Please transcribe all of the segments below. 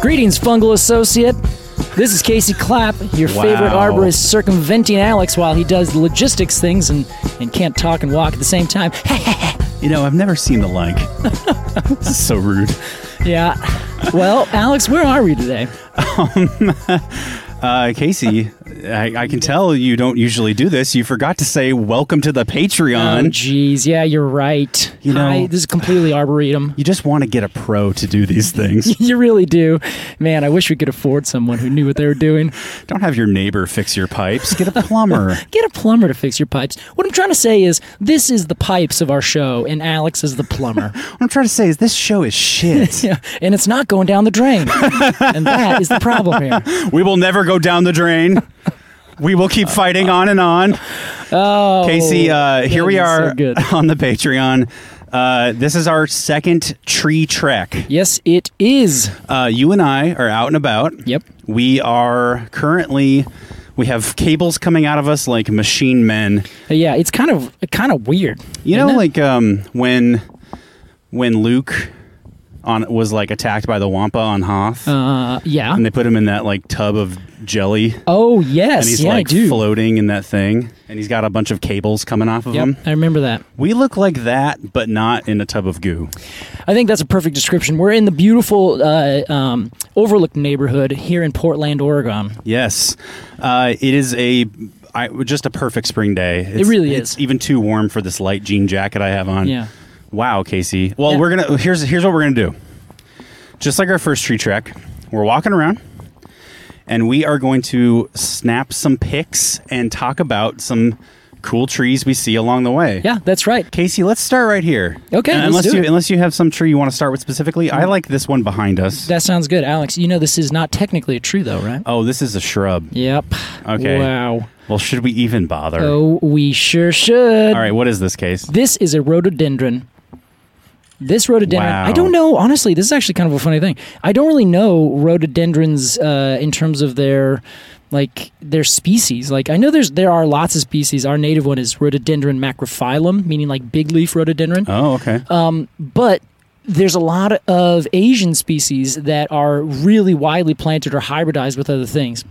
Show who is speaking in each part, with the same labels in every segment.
Speaker 1: Greetings, fungal associate. This is Casey Clapp, your
Speaker 2: Wow.
Speaker 1: favorite arborist, circumventing Alex while he does logistics things and, and can't talk and walk at the same time.
Speaker 2: You know, I've never seen the like. this is so rude.
Speaker 1: yeah. Well, Alex, where are we today?
Speaker 2: Uh, Casey, I, I can tell you don't usually do this. You forgot to say welcome to the
Speaker 1: Oh,
Speaker 2: Patreon.
Speaker 1: geez. Yeah, you're right.
Speaker 2: You know-
Speaker 1: Hi, this is completely arboretum.
Speaker 2: you just want to get a pro to do these things.
Speaker 1: You really do. Man, I wish we could afford someone who knew what they were doing.
Speaker 2: don't have your neighbor fix your pipes. Get a plumber.
Speaker 1: Get a plumber to fix your pipes. What I'm trying to say is this is the pipes of our show, and Alex is the plumber.
Speaker 2: what I'm trying to say is this show is shit.
Speaker 1: Yeah, and it's not going down the drain. and that is the problem here.
Speaker 2: we will never go down the drain. We will keep fighting on and on.
Speaker 1: Uh, Oh,
Speaker 2: Casey, uh,
Speaker 1: that
Speaker 2: here we
Speaker 1: is so
Speaker 2: are
Speaker 1: good.
Speaker 2: on the Patreon. Uh, this is our second tree trek.
Speaker 1: Yes, it is.
Speaker 2: Uh, you and I are out and about.
Speaker 1: Yep.
Speaker 2: We are currently. We have cables coming out of us like machine men.
Speaker 1: Yeah, it's kind of kind of weird.
Speaker 2: You know,
Speaker 1: isn't it?
Speaker 2: like um, when when Luke on was like attacked by the Wampa on Hoth,
Speaker 1: uh, yeah.
Speaker 2: and they put him in that like tub of jelly,
Speaker 1: oh yes,
Speaker 2: and he's
Speaker 1: yeah,
Speaker 2: like
Speaker 1: I do.
Speaker 2: floating in that thing, and he's got a bunch of cables coming off of him.
Speaker 1: Yep, I remember that.
Speaker 2: We look like that, but not in a tub of goo.
Speaker 1: I think that's a perfect description. We're in the beautiful uh, um, Overlook neighborhood here in Portland, Oregon.
Speaker 2: Yes, uh, it is a I, just a perfect spring day. It's-
Speaker 1: really
Speaker 2: it's
Speaker 1: is.
Speaker 2: even too warm for this light jean jacket I have on.
Speaker 1: Yeah.
Speaker 2: Wow, Casey. Well,
Speaker 1: Yeah.
Speaker 2: we're gonna here's here's what we're gonna do. Just like our first tree trek, we're walking around, and we are going to snap some pics and talk about some cool trees we see along the way.
Speaker 1: Yeah, that's right.
Speaker 2: Casey, let's start right here.
Speaker 1: Okay,
Speaker 2: And
Speaker 1: let's
Speaker 2: unless
Speaker 1: do it.
Speaker 2: you
Speaker 1: Mm-hmm.
Speaker 2: unless you have some tree you want to start with specifically, I like this one behind us.
Speaker 1: That sounds good, Alex. You know this is not technically a tree, though, right?
Speaker 2: oh, this is a shrub.
Speaker 1: Yep.
Speaker 2: Okay.
Speaker 1: Wow.
Speaker 2: Well, should we even bother?
Speaker 1: Oh, we sure should.
Speaker 2: All right, what is this case?
Speaker 1: This is a rhododendron. This rhododendron,
Speaker 2: Wow.
Speaker 1: I don't know. Honestly, this is actually kind of a funny thing. I don't really know rhododendrons uh, in terms of their like their species. Like I know there's there are lots of species. Our native one is rhododendron macrophyllum, meaning like big leaf rhododendron.
Speaker 2: Oh, okay.
Speaker 1: Uh, But there's a lot of Asian species that are really widely planted or hybridized with other things.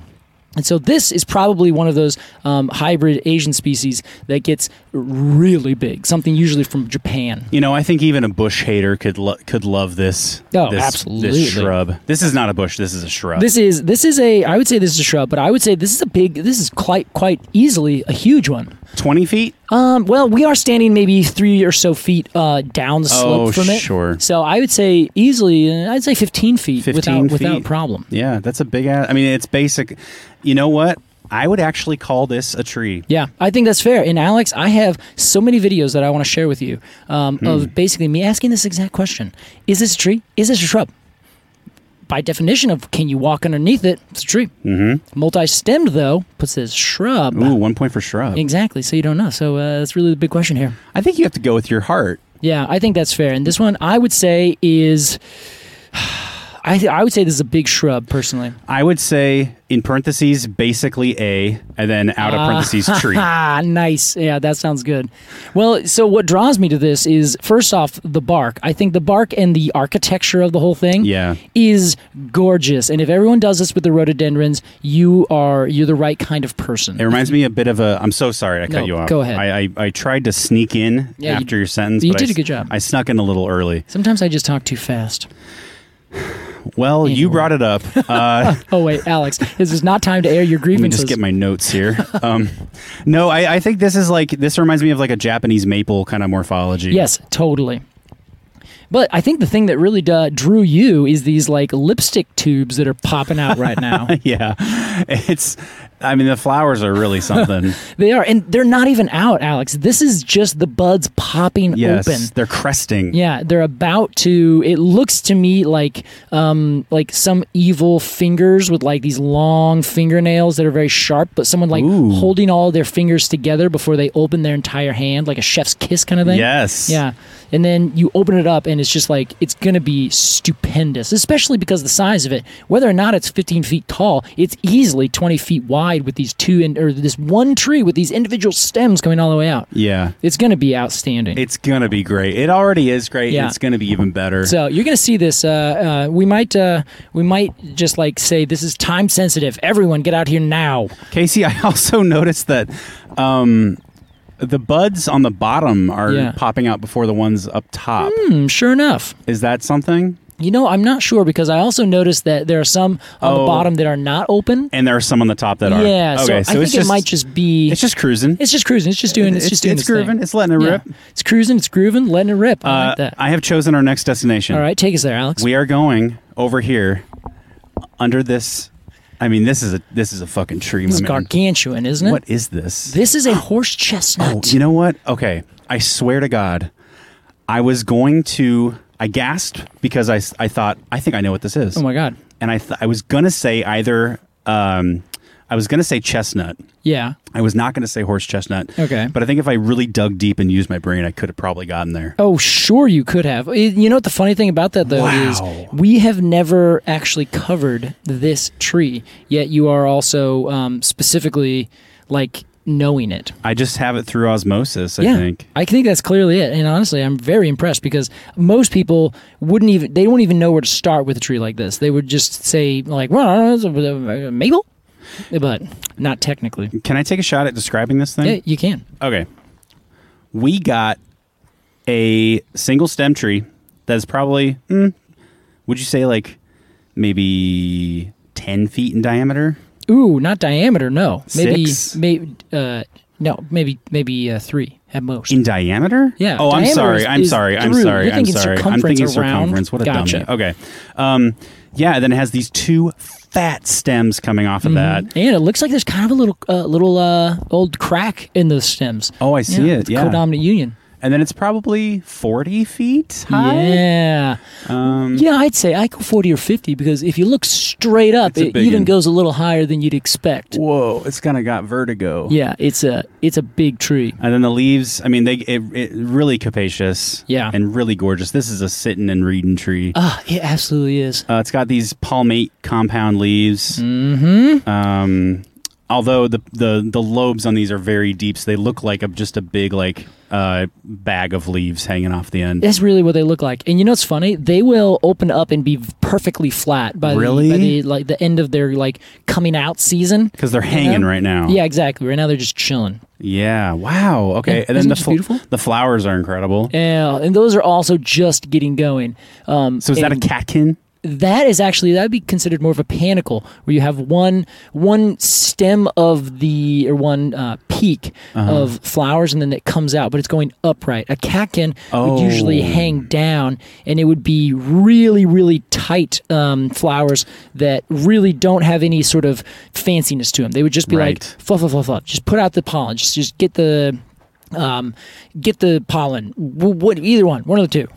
Speaker 1: And so this is probably one of those um, hybrid Asian species that gets really big, something usually from Japan.
Speaker 2: you know, I think even a bush hater could lo- could love this.
Speaker 1: Oh,
Speaker 2: this,
Speaker 1: absolutely.
Speaker 2: This shrub. This is not a bush. This is a shrub.
Speaker 1: This is this is a I would say this is a shrub, but I would say this is a big this is quite quite easily a huge one.
Speaker 2: twenty feet.
Speaker 1: Um, well, we are standing maybe three or so feet uh, down the slope
Speaker 2: Oh,
Speaker 1: from it.
Speaker 2: sure.
Speaker 1: So I would say easily, uh, I'd say fifteen feet
Speaker 2: 15
Speaker 1: without without
Speaker 2: feet.
Speaker 1: problem.
Speaker 2: Yeah, that's a big ass. I mean, it's basic. You know what? I would actually call this a tree.
Speaker 1: Yeah, I think that's fair. And Alex, I have so many videos that I want to share with you um, of basically me asking this exact question: Is this a tree? Is this a shrub? By definition of can you walk underneath it? It's a tree. Mm-hmm. Multi-stemmed though puts it as shrub.
Speaker 2: Ooh, one point for shrub.
Speaker 1: Exactly. So you don't know. So uh, that's really the big question here.
Speaker 2: I think you have to go with your heart.
Speaker 1: Yeah, I think that's fair. And this one, I would say is, I th- I would say this is a big shrub personally.
Speaker 2: I would say in parentheses, basically a, and then out of parentheses, tree.
Speaker 1: Ah, nice. Yeah, that sounds good. Well, so what draws me to this is first off the bark. I think the bark and the architecture of the whole thing
Speaker 2: Yeah.
Speaker 1: is gorgeous. And if everyone does this with the rhododendrons, you are you're the right kind of person.
Speaker 2: It reminds me a bit of a. I'm so sorry I cut
Speaker 1: No,
Speaker 2: you off.
Speaker 1: go ahead.
Speaker 2: I, I, I tried to sneak in
Speaker 1: Yeah, you-
Speaker 2: after your sentence.
Speaker 1: you
Speaker 2: but
Speaker 1: did
Speaker 2: a
Speaker 1: a good job.
Speaker 2: I snuck in a little early.
Speaker 1: Sometimes I just talk too fast.
Speaker 2: Well, you brought it up. Uh,
Speaker 1: Oh wait, Alex, this is not time to air your
Speaker 2: let me
Speaker 1: grievances.
Speaker 2: just get my notes here. Um, no, I, I think this is like this reminds me of like a Japanese maple kind of morphology.
Speaker 1: Yes, totally. But I think the thing that really duh, drew you is these like lipstick tubes that are popping out right now.
Speaker 2: Yeah. It's. I mean, the flowers are really something.
Speaker 1: they are, and they're not even out, Alex. This is just the buds popping
Speaker 2: yes.
Speaker 1: open.
Speaker 2: They're cresting.
Speaker 1: Yeah, they're about to. It looks to me like um like some evil fingers with like these long fingernails that are very sharp, but someone like
Speaker 2: Ooh.
Speaker 1: holding all their fingers together before they open their entire hand, like a chef's kiss kind of thing.
Speaker 2: Yes.
Speaker 1: Yeah. And then you open it up, and it's just like it's gonna be stupendous, especially because the size of it. Whether or not it's 15 feet tall, it's easily 20 feet wide with these two and or this one tree with these individual stems coming all the way out.
Speaker 2: Yeah.
Speaker 1: It's gonna be outstanding.
Speaker 2: It's gonna be great. It already is great.
Speaker 1: Yeah.
Speaker 2: It's gonna be even better.
Speaker 1: So you're gonna see this. Uh, uh, we might uh, we might just like say this is time sensitive. Everyone, get out here now.
Speaker 2: Casey, I also noticed that um, the buds on the bottom are
Speaker 1: Yeah.
Speaker 2: popping out before the ones up top.
Speaker 1: Hmm, sure enough,
Speaker 2: Is that something?
Speaker 1: you know I'm not sure because I also noticed that there are some on the
Speaker 2: Oh.
Speaker 1: bottom that are not open.
Speaker 2: And there are some on the top that are.
Speaker 1: Yeah, so,
Speaker 2: Okay,
Speaker 1: I think
Speaker 2: it's
Speaker 1: it
Speaker 2: just,
Speaker 1: might just be
Speaker 2: It's just cruising.
Speaker 1: it's just cruising. It's just doing it's, just doing
Speaker 2: it's
Speaker 1: its thing.
Speaker 2: grooving. It's letting it
Speaker 1: Yeah.
Speaker 2: rip.
Speaker 1: It's cruising. It's grooving. Letting it rip. I
Speaker 2: Uh,
Speaker 1: like that.
Speaker 2: I have chosen our next destination.
Speaker 1: All right, take us there, Alex.
Speaker 2: We are going over here under this. I mean, this is a this is a fucking tree,
Speaker 1: This is
Speaker 2: my man.
Speaker 1: gargantuan, isn't it?
Speaker 2: What is this?
Speaker 1: This is a horse chestnut.
Speaker 2: Oh, you know what? Okay, I swear to God, I was going to. I gasped because I, s- I thought I think I know what this is.
Speaker 1: oh my god.
Speaker 2: And I th- I was gonna say either um, I was gonna say chestnut.
Speaker 1: Yeah.
Speaker 2: I was not gonna say horse chestnut.
Speaker 1: Okay.
Speaker 2: But I think if I really dug deep and used my brain, I could have probably gotten there.
Speaker 1: Oh, sure, you could have. I- You know what the funny thing about that though
Speaker 2: Wow.
Speaker 1: is we have never actually covered this tree yet. You are also um, specifically like knowing it.
Speaker 2: I just have it through osmosis. I
Speaker 1: yeah,
Speaker 2: think.
Speaker 1: I think that's clearly it. And honestly, I'm very impressed because most people wouldn't even they don't even know where to start with a tree like this. They would just say like, well, I don't know, it's a- a maple, but not technically.
Speaker 2: Can I take a shot at describing this thing?
Speaker 1: Yeah, you can.
Speaker 2: Okay. We got a single stem tree that's probably, mm, would you say, like maybe 10 feet in diameter?
Speaker 1: Ooh, not diameter. No, maybe
Speaker 2: Six?
Speaker 1: maybe uh, no, maybe maybe uh, three at most.
Speaker 2: In diameter?
Speaker 1: Yeah,
Speaker 2: Oh, I'm
Speaker 1: diameter is-
Speaker 2: sorry. I'm
Speaker 1: is
Speaker 2: sorry. I'm
Speaker 1: through.
Speaker 2: sorry.
Speaker 1: You're
Speaker 2: I'm
Speaker 1: thinking
Speaker 2: sorry. I'm
Speaker 1: circumference
Speaker 2: thinking
Speaker 1: around.
Speaker 2: circumference. What a
Speaker 1: Gotcha.
Speaker 2: dummy. Okay. Um, yeah, then it has these two fat stems coming off of that.
Speaker 1: And it looks like there's kind of a little, uh, little uh, old crack in those stems.
Speaker 2: Oh, I see it.
Speaker 1: it's
Speaker 2: Yeah.
Speaker 1: codominant union.
Speaker 2: And then it's probably 40 feet high.
Speaker 1: Yeah,
Speaker 2: Um,
Speaker 1: yeah. I'd say I go forty or fifty because if you look straight up,
Speaker 2: It's a
Speaker 1: it
Speaker 2: big
Speaker 1: even
Speaker 2: un.
Speaker 1: goes a little higher than you'd expect.
Speaker 2: Whoa, it's kind of got vertigo.
Speaker 1: Yeah, it's a it's a big tree.
Speaker 2: And then the leaves, I mean, they it, it really capacious,
Speaker 1: Yeah.
Speaker 2: and really gorgeous. This is a sitting and reading tree. Uh,
Speaker 1: Ah, it absolutely is.
Speaker 2: it's got these palmate compound leaves. Mm-hmm. Um, although the, the the lobes on these are very deep, so they look like a, just a big like uh, bag of leaves hanging off the end.
Speaker 1: That's really what they look like. And you know what's funny? They will open up and be perfectly flat by,
Speaker 2: Really?
Speaker 1: the, by the like the end of their like coming out season.
Speaker 2: Because they're
Speaker 1: you know?
Speaker 2: hanging right now.
Speaker 1: Yeah, exactly. Right now they're just chilling.
Speaker 2: Yeah. Wow. Okay.
Speaker 1: Yeah,
Speaker 2: And then
Speaker 1: isn't
Speaker 2: the
Speaker 1: it just beautiful?
Speaker 2: the flowers are incredible.
Speaker 1: Yeah, and those are also just getting going. Um,
Speaker 2: so is that a
Speaker 1: and-
Speaker 2: catkin?
Speaker 1: that is actually that'd be considered more of a panicle where you have one one stem of the or one uh, peak
Speaker 2: Uh-huh.
Speaker 1: of flowers and then it comes out but it's going upright a catkin would usually
Speaker 2: Oh.
Speaker 1: hang down and it would be really really tight um, flowers that really don't have any sort of fanciness to them they would just be like
Speaker 2: Right.
Speaker 1: fluff fluff fluff fluff just put out the pollen just just get the um, get the pollen w- what either one one of the two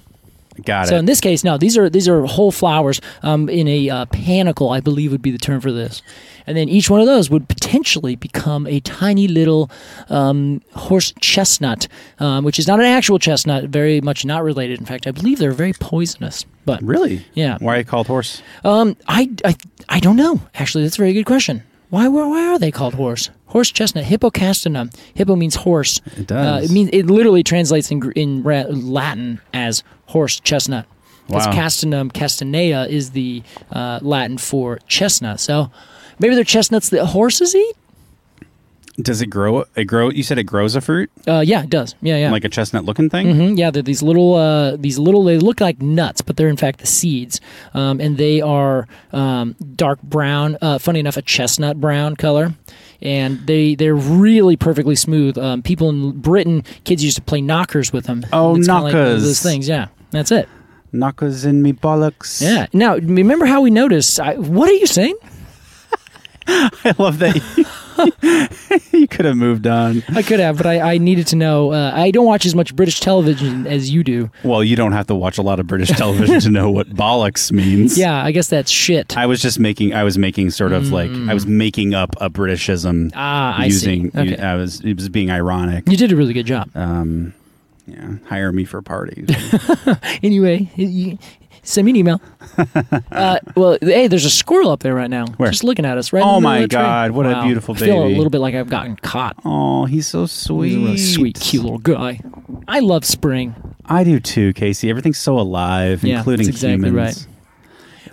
Speaker 2: Got
Speaker 1: so
Speaker 2: it.
Speaker 1: in this case, no, these are these are whole flowers um, in a uh, panicle, I believe would be the term for this. And then each one of those would potentially become a tiny little um, horse chestnut, um, which is not an actual chestnut, very much not related. In fact, I believe they're very poisonous. But
Speaker 2: really?
Speaker 1: Yeah.
Speaker 2: Why are you called horse?
Speaker 1: um, I, I I don't know. Actually, that's a very good question. Why, why, why are they called horse? Horse chestnut, hippocastanum. Hippo means horse.
Speaker 2: It
Speaker 1: Uh,
Speaker 2: does.
Speaker 1: it means it literally translates in Gr- in ra- Latin as horse chestnut. Because
Speaker 2: Wow.
Speaker 1: castanum castanea is the uh, Latin for chestnut. So maybe they're chestnuts that horses eat.
Speaker 2: Does it grow? It grow. You said it grows a fruit,
Speaker 1: Uh, yeah, it does. Yeah, yeah.
Speaker 2: like a chestnut looking thing.
Speaker 1: Mhm, yeah, they're these little, uh, these little. They look like nuts, but they're in fact the seeds, um, and they are um, dark brown. Uh, funny enough, a chestnut brown color, and they they're really perfectly smooth. Um, people in Britain, kids used to play knockers with them.
Speaker 2: Oh,
Speaker 1: It's kinda like
Speaker 2: knockers.
Speaker 1: those things. Yeah, that's it.
Speaker 2: Knockers in me bollocks.
Speaker 1: Yeah. Now, remember how we noticed? I, what are you saying?
Speaker 2: I love that. you- you could have moved on.
Speaker 1: I could have, but I, I needed to know. Uh, I don't watch as much British television as you do.
Speaker 2: Well, you don't have to watch a lot of British television to know what bollocks means.
Speaker 1: Yeah, I guess that's shit.
Speaker 2: I was just making. I was making sort of like I was making up a Britishism.
Speaker 1: Mm. Ah, I see.
Speaker 2: using,
Speaker 1: Okay.
Speaker 2: I was. It was being ironic.
Speaker 1: you did a really good job.
Speaker 2: Um, yeah, hire me for parties.
Speaker 1: anyway, y- y- send me an email. uh, well, hey, there's a squirrel up there right now,
Speaker 2: Where?
Speaker 1: just looking at us. Right. in
Speaker 2: Oh
Speaker 1: the middle
Speaker 2: my
Speaker 1: of the tree.
Speaker 2: God, what a
Speaker 1: Wow.
Speaker 2: beautiful
Speaker 1: I feel a
Speaker 2: baby.
Speaker 1: little bit like I've gotten caught.
Speaker 2: oh, he's so sweet.
Speaker 1: He's a really sweet, cute little guy. I love spring.
Speaker 2: I do too, Casey. Everything's so alive,
Speaker 1: Yeah,
Speaker 2: including
Speaker 1: that's exactly
Speaker 2: humans. Right.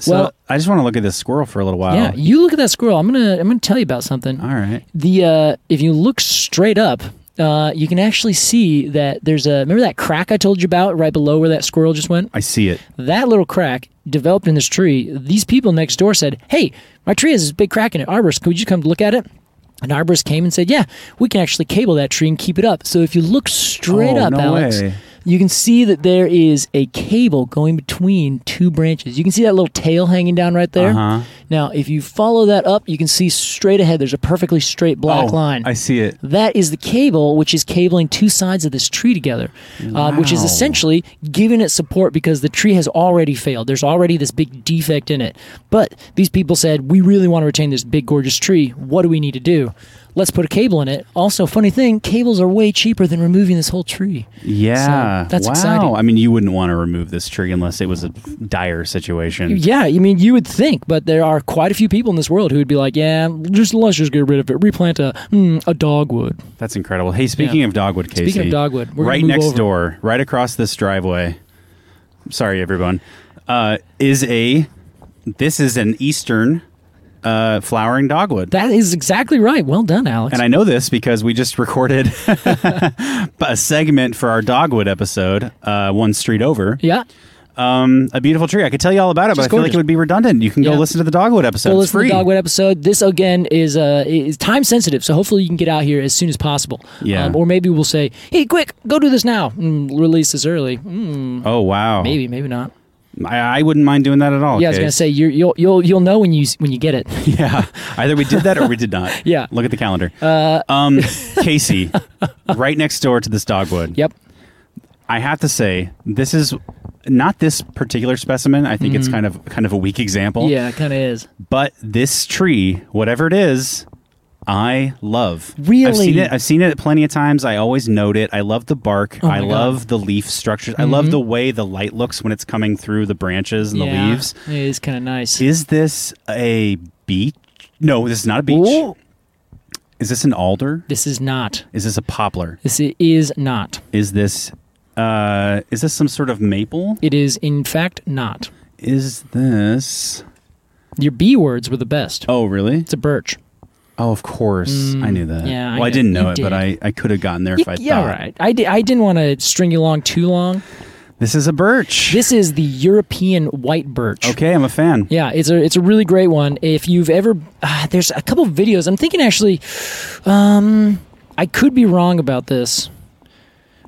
Speaker 2: So
Speaker 1: Well-
Speaker 2: I just want to look at this squirrel for a little while.
Speaker 1: Yeah, you look at that squirrel. I'm gonna I'm gonna tell you about something.
Speaker 2: All right.
Speaker 1: the uh, if you look straight up, uh, you can actually see that there's a remember that crack I told you about right below where that squirrel just went.
Speaker 2: I see it.
Speaker 1: That little crack developed in this tree. These people next door said, "Hey, my tree has this big crack in it. Arborist, could you come look at it?" An arborist came and said, "Yeah, we can actually cable that tree and keep it up." So if you look straight
Speaker 2: Oh,
Speaker 1: up,
Speaker 2: no
Speaker 1: Alex.
Speaker 2: way.
Speaker 1: You can see that there is a cable going between two branches. You can see that little tail hanging down right there.
Speaker 2: Uh-huh.
Speaker 1: Now, if you follow that up, you can see straight ahead. There's a perfectly straight black
Speaker 2: Oh,
Speaker 1: line.
Speaker 2: I see it.
Speaker 1: That is the cable which is cabling two sides of this tree together, uh, which is
Speaker 2: Wow.
Speaker 1: essentially giving it support because the tree has already failed. There's already this big defect in it. But these people said, we really want to retain this big, gorgeous tree. What do we need to do? Let's put a cable in it. Also, funny thing, cables are way cheaper than removing this whole tree.
Speaker 2: Yeah.
Speaker 1: So, that's
Speaker 2: wow.
Speaker 1: exciting.
Speaker 2: I mean, you wouldn't want to remove this tree unless it was a dire situation.
Speaker 1: Yeah, I mean, you would think, but there are quite a few people in this world who would be like, yeah, just let's just get rid of it. Replant a mm, a dogwood.
Speaker 2: That's incredible. Hey, speaking
Speaker 1: Yeah.
Speaker 2: of dogwood, Casey.
Speaker 1: of dogwood, we're gonna
Speaker 2: right
Speaker 1: move
Speaker 2: next
Speaker 1: over.
Speaker 2: door, right across this driveway. Sorry, everyone. Uh, is a this is an eastern uh, flowering dogwood.
Speaker 1: That is exactly right. Well done, Alex.
Speaker 2: And I know this because we just recorded a segment for our dogwood episode, uh, one street over.
Speaker 1: yeah.
Speaker 2: Um, a beautiful tree. I could tell you all about it,
Speaker 1: Just
Speaker 2: but I feel like
Speaker 1: gorgeous.
Speaker 2: it would be redundant. You can
Speaker 1: Yeah.
Speaker 2: go listen to the dogwood episode.
Speaker 1: Go
Speaker 2: it's
Speaker 1: listen to
Speaker 2: free.
Speaker 1: the Dogwood episode. This again is uh is time sensitive, so hopefully you can get out here as soon as possible. Um,
Speaker 2: Yeah.
Speaker 1: or maybe we'll say, hey, quick, go do this now. Mm, release this early. Mm,
Speaker 2: Oh wow.
Speaker 1: maybe, maybe not.
Speaker 2: I, I wouldn't mind doing that at all.
Speaker 1: Yeah, I was
Speaker 2: Case.
Speaker 1: gonna say you're, you'll you'll you'll know when you s- when you get it.
Speaker 2: Yeah. Either we did that or we did not.
Speaker 1: Yeah.
Speaker 2: Look at the calendar. Uh, um, Casey, right next door to this dogwood.
Speaker 1: yep.
Speaker 2: I have to say, this is not this particular specimen. I think it's kind of kind of a weak example.
Speaker 1: Mm-hmm. Yeah, it kind of is.
Speaker 2: But this tree, whatever it is, I love. I've
Speaker 1: Really?
Speaker 2: seen it. I've seen it plenty of times. I always note it. I love the bark.
Speaker 1: Oh my
Speaker 2: I
Speaker 1: God. Mm-hmm.
Speaker 2: love the leaf structures. I love the way the light looks when it's coming through the branches and
Speaker 1: yeah,
Speaker 2: the leaves.
Speaker 1: It is kind of nice.
Speaker 2: Is this a beech? No, this is not a beech.
Speaker 1: Ooh.
Speaker 2: Is this an alder?
Speaker 1: This is not.
Speaker 2: Is this a poplar?
Speaker 1: This i- is not.
Speaker 2: Is this uh is this some sort of maple?
Speaker 1: It is in fact not.
Speaker 2: Is this
Speaker 1: Your B words were the best.
Speaker 2: Oh, really?
Speaker 1: It's a birch.
Speaker 2: Oh, of course. I knew that.
Speaker 1: Mm. yeah, I
Speaker 2: well, I,
Speaker 1: knew-
Speaker 2: didn't know
Speaker 1: you
Speaker 2: it, but
Speaker 1: did.
Speaker 2: I I could have gotten there if I
Speaker 1: yeah,
Speaker 2: thought.
Speaker 1: right. I, di- I didn't want to string you along too long.
Speaker 2: This is a birch.
Speaker 1: This is the European white birch.
Speaker 2: okay, I'm a fan.
Speaker 1: Yeah, it's a it's a really great one. If you've ever, uh, there's a couple videos. I'm thinking actually, um, I could be wrong about this,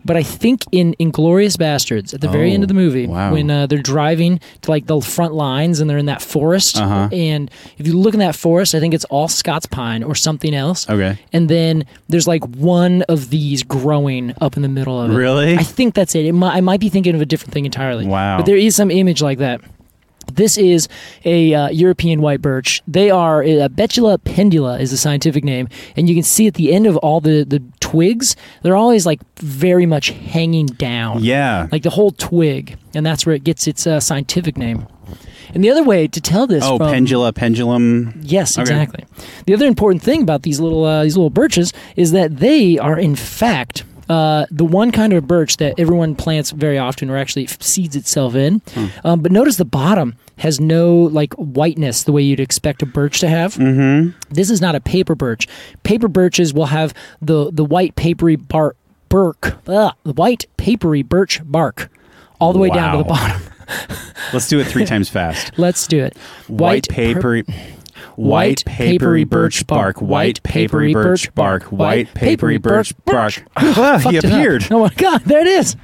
Speaker 1: but I think in Inglorious Bastards at the very end
Speaker 2: Oh,
Speaker 1: of the movie,
Speaker 2: wow.
Speaker 1: when uh, they're driving to like the front lines and they're in that forest,
Speaker 2: Uh-huh.
Speaker 1: and if you look in that forest, I think it's all Scots pine or something else.
Speaker 2: Okay.
Speaker 1: and then there's like one of these growing up in the middle of it.
Speaker 2: Really?
Speaker 1: I think that's it. it might, I might be thinking of a different thing entirely.
Speaker 2: Wow.
Speaker 1: but there is some image like that. This is a uh, European white birch. They are uh, Betula pendula is the scientific name, and you can see at the end of all the the twigs, they're always like very much hanging down.
Speaker 2: Yeah.
Speaker 1: Like the whole twig, and that's where it gets its uh, scientific name. And the other way to tell this
Speaker 2: oh,
Speaker 1: from
Speaker 2: pendula, pendulum.
Speaker 1: Yes,
Speaker 2: Okay.
Speaker 1: exactly. The other important thing about these little uh, these little birches is that they are in fact uh, the one kind
Speaker 2: Hmm.
Speaker 1: of birch that everyone plants very often, or actually f- seeds itself in. Um, but notice the bottom has no like whiteness the way you'd expect a birch to have. Mm-hmm. This is not a paper birch. Paper birches will have the the white papery bark, bark, ugh, the white papery birch bark, all the way down to the
Speaker 2: Wow.
Speaker 1: bottom.
Speaker 2: Let's do it three times fast.
Speaker 1: Let's do it.
Speaker 2: White
Speaker 1: pur-
Speaker 2: papery. White papery birch bark, white papery birch bark, white papery birch bark. Ah, He
Speaker 1: Fucked it up.
Speaker 2: appeared.
Speaker 1: Oh my god, there it is.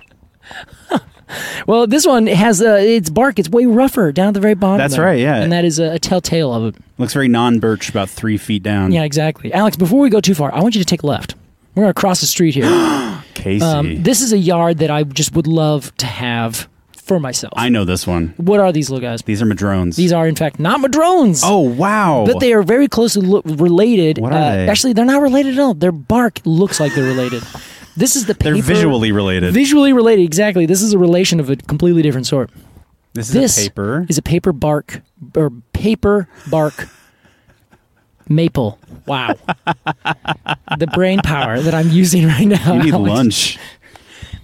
Speaker 1: well, this one has uh, its bark. It's way rougher down at the very bottom.
Speaker 2: That's
Speaker 1: there.
Speaker 2: right, yeah.
Speaker 1: and that is a, a telltale of it.
Speaker 2: Looks very non-birch, about three feet down.
Speaker 1: Yeah, exactly. Alex, before we go too far, I want you to take a left. We're gonna cross the street here.
Speaker 2: Casey,
Speaker 1: Um, this is a yard that I just would love to have for myself.
Speaker 2: I know this one.
Speaker 1: what are these little guys?
Speaker 2: These are madrones.
Speaker 1: These are in fact not madrones.
Speaker 2: Oh wow!
Speaker 1: But they are very closely lo- related. Uh,
Speaker 2: What are they?
Speaker 1: Actually, they're not related at all. Their bark looks like they're related. this is the
Speaker 2: They're
Speaker 1: paper-
Speaker 2: visually related.
Speaker 1: visually related. Exactly. This is a relation of a completely different sort.
Speaker 2: this is
Speaker 1: this
Speaker 2: a paper.
Speaker 1: is a paper bark or paper bark maple. Wow. the brain power that I'm using right now.
Speaker 2: you need
Speaker 1: Alex.
Speaker 2: lunch.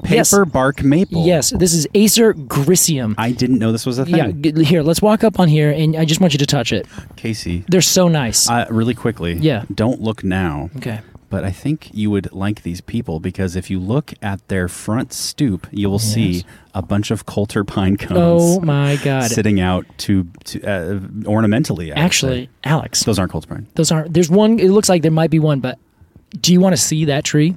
Speaker 2: Paper
Speaker 1: Yes.
Speaker 2: bark maple.
Speaker 1: Yes, this is Acer grisium.
Speaker 2: I didn't know this was a thing.
Speaker 1: yeah, g- here, let's walk up on here and I just want you to touch it.
Speaker 2: Casey,
Speaker 1: They're so nice.
Speaker 2: uh, really quickly.
Speaker 1: Yeah.
Speaker 2: Don't look now.
Speaker 1: okay.
Speaker 2: But I think you would like these people because if you look at their front stoop, you will see a bunch of coulter pine
Speaker 1: Oh
Speaker 2: cones
Speaker 1: my god.
Speaker 2: sitting out to, to uh, ornamentally. I would
Speaker 1: Actually,
Speaker 2: say.
Speaker 1: Alex,
Speaker 2: those aren't coulter pine.
Speaker 1: those aren't. There's one. It looks like there might be one, but do you want to see that tree?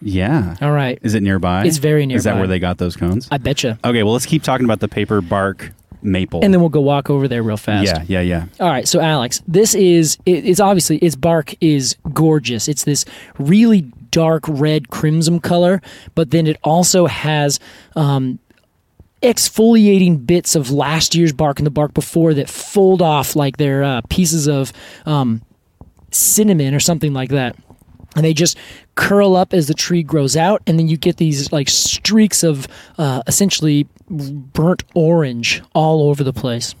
Speaker 2: Yeah.
Speaker 1: All right.
Speaker 2: Is it nearby?
Speaker 1: It's very
Speaker 2: Is that
Speaker 1: nearby.
Speaker 2: where they got those cones?
Speaker 1: I betcha.
Speaker 2: okay. Well, let's keep talking about the paper bark maple.
Speaker 1: And then we'll go walk over there real fast.
Speaker 2: yeah, yeah, yeah.
Speaker 1: All right. So Alex, this is it, it's obviously its bark is gorgeous. It's this really dark red crimson color, but then it also has um, exfoliating bits of last year's bark and the bark before that fold off like they're uh, pieces of um, cinnamon or something like that. And they just curl up as the tree grows out, and then you get these like streaks of uh, essentially burnt orange all over the place.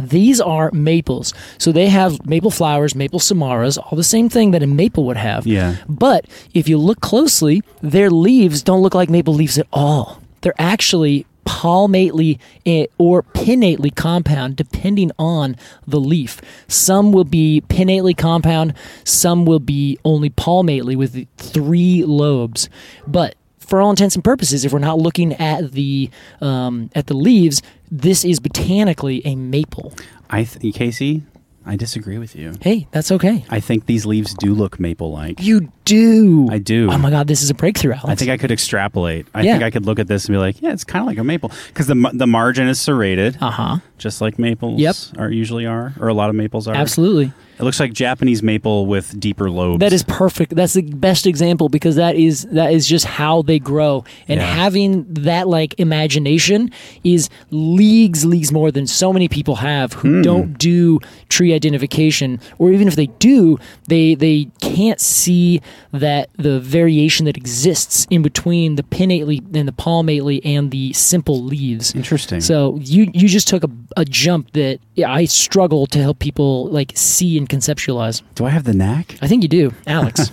Speaker 1: These are maples. So they have maple flowers, maple samaras, all the same thing that a maple would have.
Speaker 2: Yeah.
Speaker 1: But if you look closely, their leaves don't look like maple leaves at all. They're actually palmately eh, or pinnately compound depending on the leaf. Some will be pinnately compound, some will be only palmately with the three lobes. But for all intents and purposes, if we're not looking at the um, at the leaves, this is botanically a maple.
Speaker 2: I th- Casey, I disagree with you.
Speaker 1: Hey, that's okay.
Speaker 2: I think these leaves do look maple-like.
Speaker 1: You do.
Speaker 2: I do.
Speaker 1: Oh my god, this is a breakthrough, Alex.
Speaker 2: I think I could extrapolate. I
Speaker 1: Yeah.
Speaker 2: think I could look at this and be like, yeah, it's kind of like a maple because the ma- the margin is serrated,
Speaker 1: Uh huh.
Speaker 2: just like maples
Speaker 1: Yep.
Speaker 2: are usually are, or a lot of maples are.
Speaker 1: Absolutely.
Speaker 2: It looks like Japanese maple with deeper lobes.
Speaker 1: That is perfect. That's the best example because that is that is just how they grow. And
Speaker 2: Yeah.
Speaker 1: having that like imagination is leagues leagues more than so many people have
Speaker 2: Hmm.
Speaker 1: who don't do tree identification or even if they do, they they can't see that the variation that exists in between the pinnately and the palmately and the simple leaves.
Speaker 2: interesting.
Speaker 1: So you you just took a, a jump that yeah, I struggle to help people like see and conceptualize.
Speaker 2: do I have the knack?
Speaker 1: I think you do, Alex.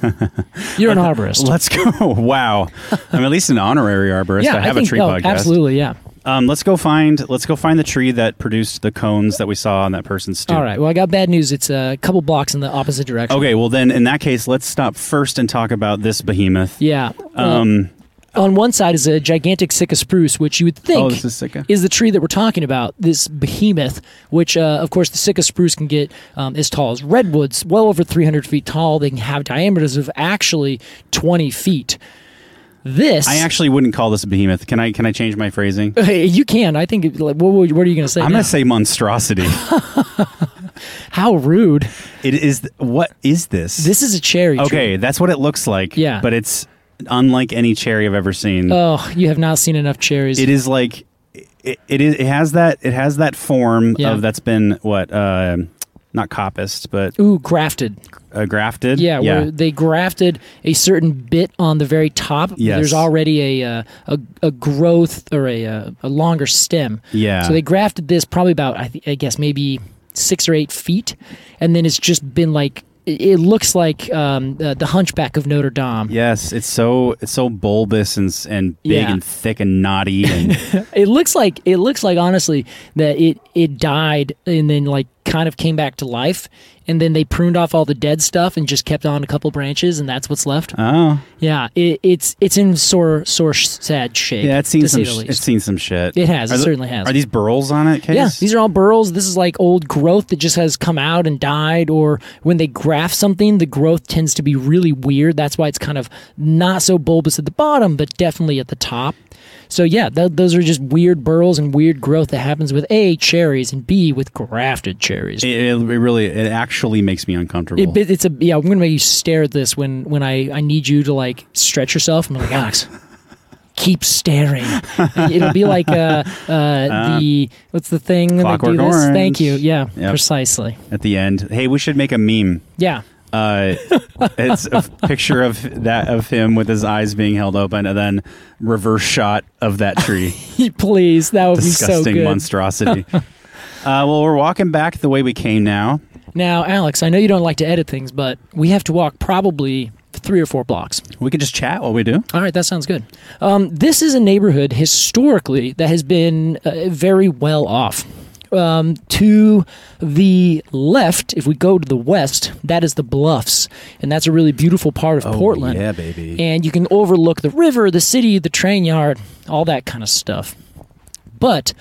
Speaker 1: You're an arborist.
Speaker 2: Let's go. wow. I'm at least an honorary arborist. I have
Speaker 1: think-
Speaker 2: a tree
Speaker 1: oh,
Speaker 2: podcast.
Speaker 1: Absolutely, yeah.
Speaker 2: Um, let's go find let's go find the tree that produced the cones that we saw on that person's stoop.
Speaker 1: All right. Well, I got bad news. It's a couple blocks in the opposite direction.
Speaker 2: Okay, well then in that case, let's stop first and talk about this behemoth.
Speaker 1: Yeah. Uh,
Speaker 2: Um,
Speaker 1: on one side is a gigantic Sitka spruce, which you would think
Speaker 2: Oh, this is Sitka?
Speaker 1: the tree that we're talking about, this behemoth, which, uh, of course, the Sitka spruce can get um, as tall as redwoods, well over 300 feet tall. They can have diameters of actually 20 feet. This.
Speaker 2: I actually wouldn't call this a behemoth. Can I can I change my phrasing?
Speaker 1: You can. I think. it- Like, what, would- what are you going to say?
Speaker 2: I'm
Speaker 1: now?
Speaker 2: gonna say monstrosity.
Speaker 1: How rude!
Speaker 2: it is th- what is this?
Speaker 1: This is a cherry. tree.
Speaker 2: okay, that's what it looks like.
Speaker 1: Yeah.
Speaker 2: but it's unlike any cherry I've ever seen.
Speaker 1: Oh, you have not seen enough cherries.
Speaker 2: it is like it, it is. It has that. It has that form
Speaker 1: Yeah.
Speaker 2: of that's been what uh, not coppiced, but
Speaker 1: Ooh, grafted.
Speaker 2: uh, grafted.
Speaker 1: Yeah,
Speaker 2: yeah.
Speaker 1: where they grafted a certain bit on the very top.
Speaker 2: Yes.
Speaker 1: There's already a uh, a, a growth or a, uh, a longer stem.
Speaker 2: Yeah.
Speaker 1: So they grafted this probably about I, th- I guess maybe six or eight feet, and then it's just been like it, it looks like um, the, the Hunchback of Notre Dame.
Speaker 2: Yes, it's so it's so bulbous and s- and big
Speaker 1: Yeah.
Speaker 2: and thick and knotty and
Speaker 1: It looks like it looks like honestly that it it died and then like kind of came back to life and then they pruned off all the dead stuff and just kept on a couple branches and that's what's left.
Speaker 2: oh
Speaker 1: yeah, it, it's it's in sore sore sh- sad shape.
Speaker 2: yeah, it's
Speaker 1: to
Speaker 2: seen some
Speaker 1: say the
Speaker 2: sh- it's
Speaker 1: least.
Speaker 2: seen some shit.
Speaker 1: It has, it
Speaker 2: Are the-
Speaker 1: certainly has.
Speaker 2: Are these burls on it? Case?
Speaker 1: Yeah, these are all burls. This is like old growth that just has come out and died, or when they graft something, the growth tends to be really weird. That's why it's kind of not so bulbous at the bottom, but definitely at the top. So yeah, th- those are just weird burls and weird growth that happens with a cherries and b with grafted cherries.
Speaker 2: It, it, it really it actually makes me uncomfortable.
Speaker 1: It- but it's a yeah. I'm gonna make you stare at this when when I I need you to like stretch yourself. I'm like Alex. Keep staring. It'll be like uh, uh, the what's the thing? when they do
Speaker 2: Clockwork
Speaker 1: this? Thank you.
Speaker 2: Orange.
Speaker 1: Yeah,
Speaker 2: Yep.
Speaker 1: precisely.
Speaker 2: at the end, hey, we should make a meme.
Speaker 1: Yeah,
Speaker 2: Uh, it's a picture of that of him with his eyes being held open, and then reverse shot of that tree.
Speaker 1: please. That would be so
Speaker 2: Disgusting
Speaker 1: good.
Speaker 2: monstrosity. uh, well, we're walking back the way we came now.
Speaker 1: Now, Alex, I know you don't like to edit things, but we have to walk probably three or four blocks.
Speaker 2: We could just chat while we do.
Speaker 1: All right, that sounds good. Um, this is a neighborhood historically that has been uh, very well off. Um, to the left, if we go to the west, that is the Bluffs, and that's a really beautiful part of Oh, Portland.
Speaker 2: Oh, yeah, baby.
Speaker 1: And you can overlook the river, the city, the train yard, all that kind of stuff. But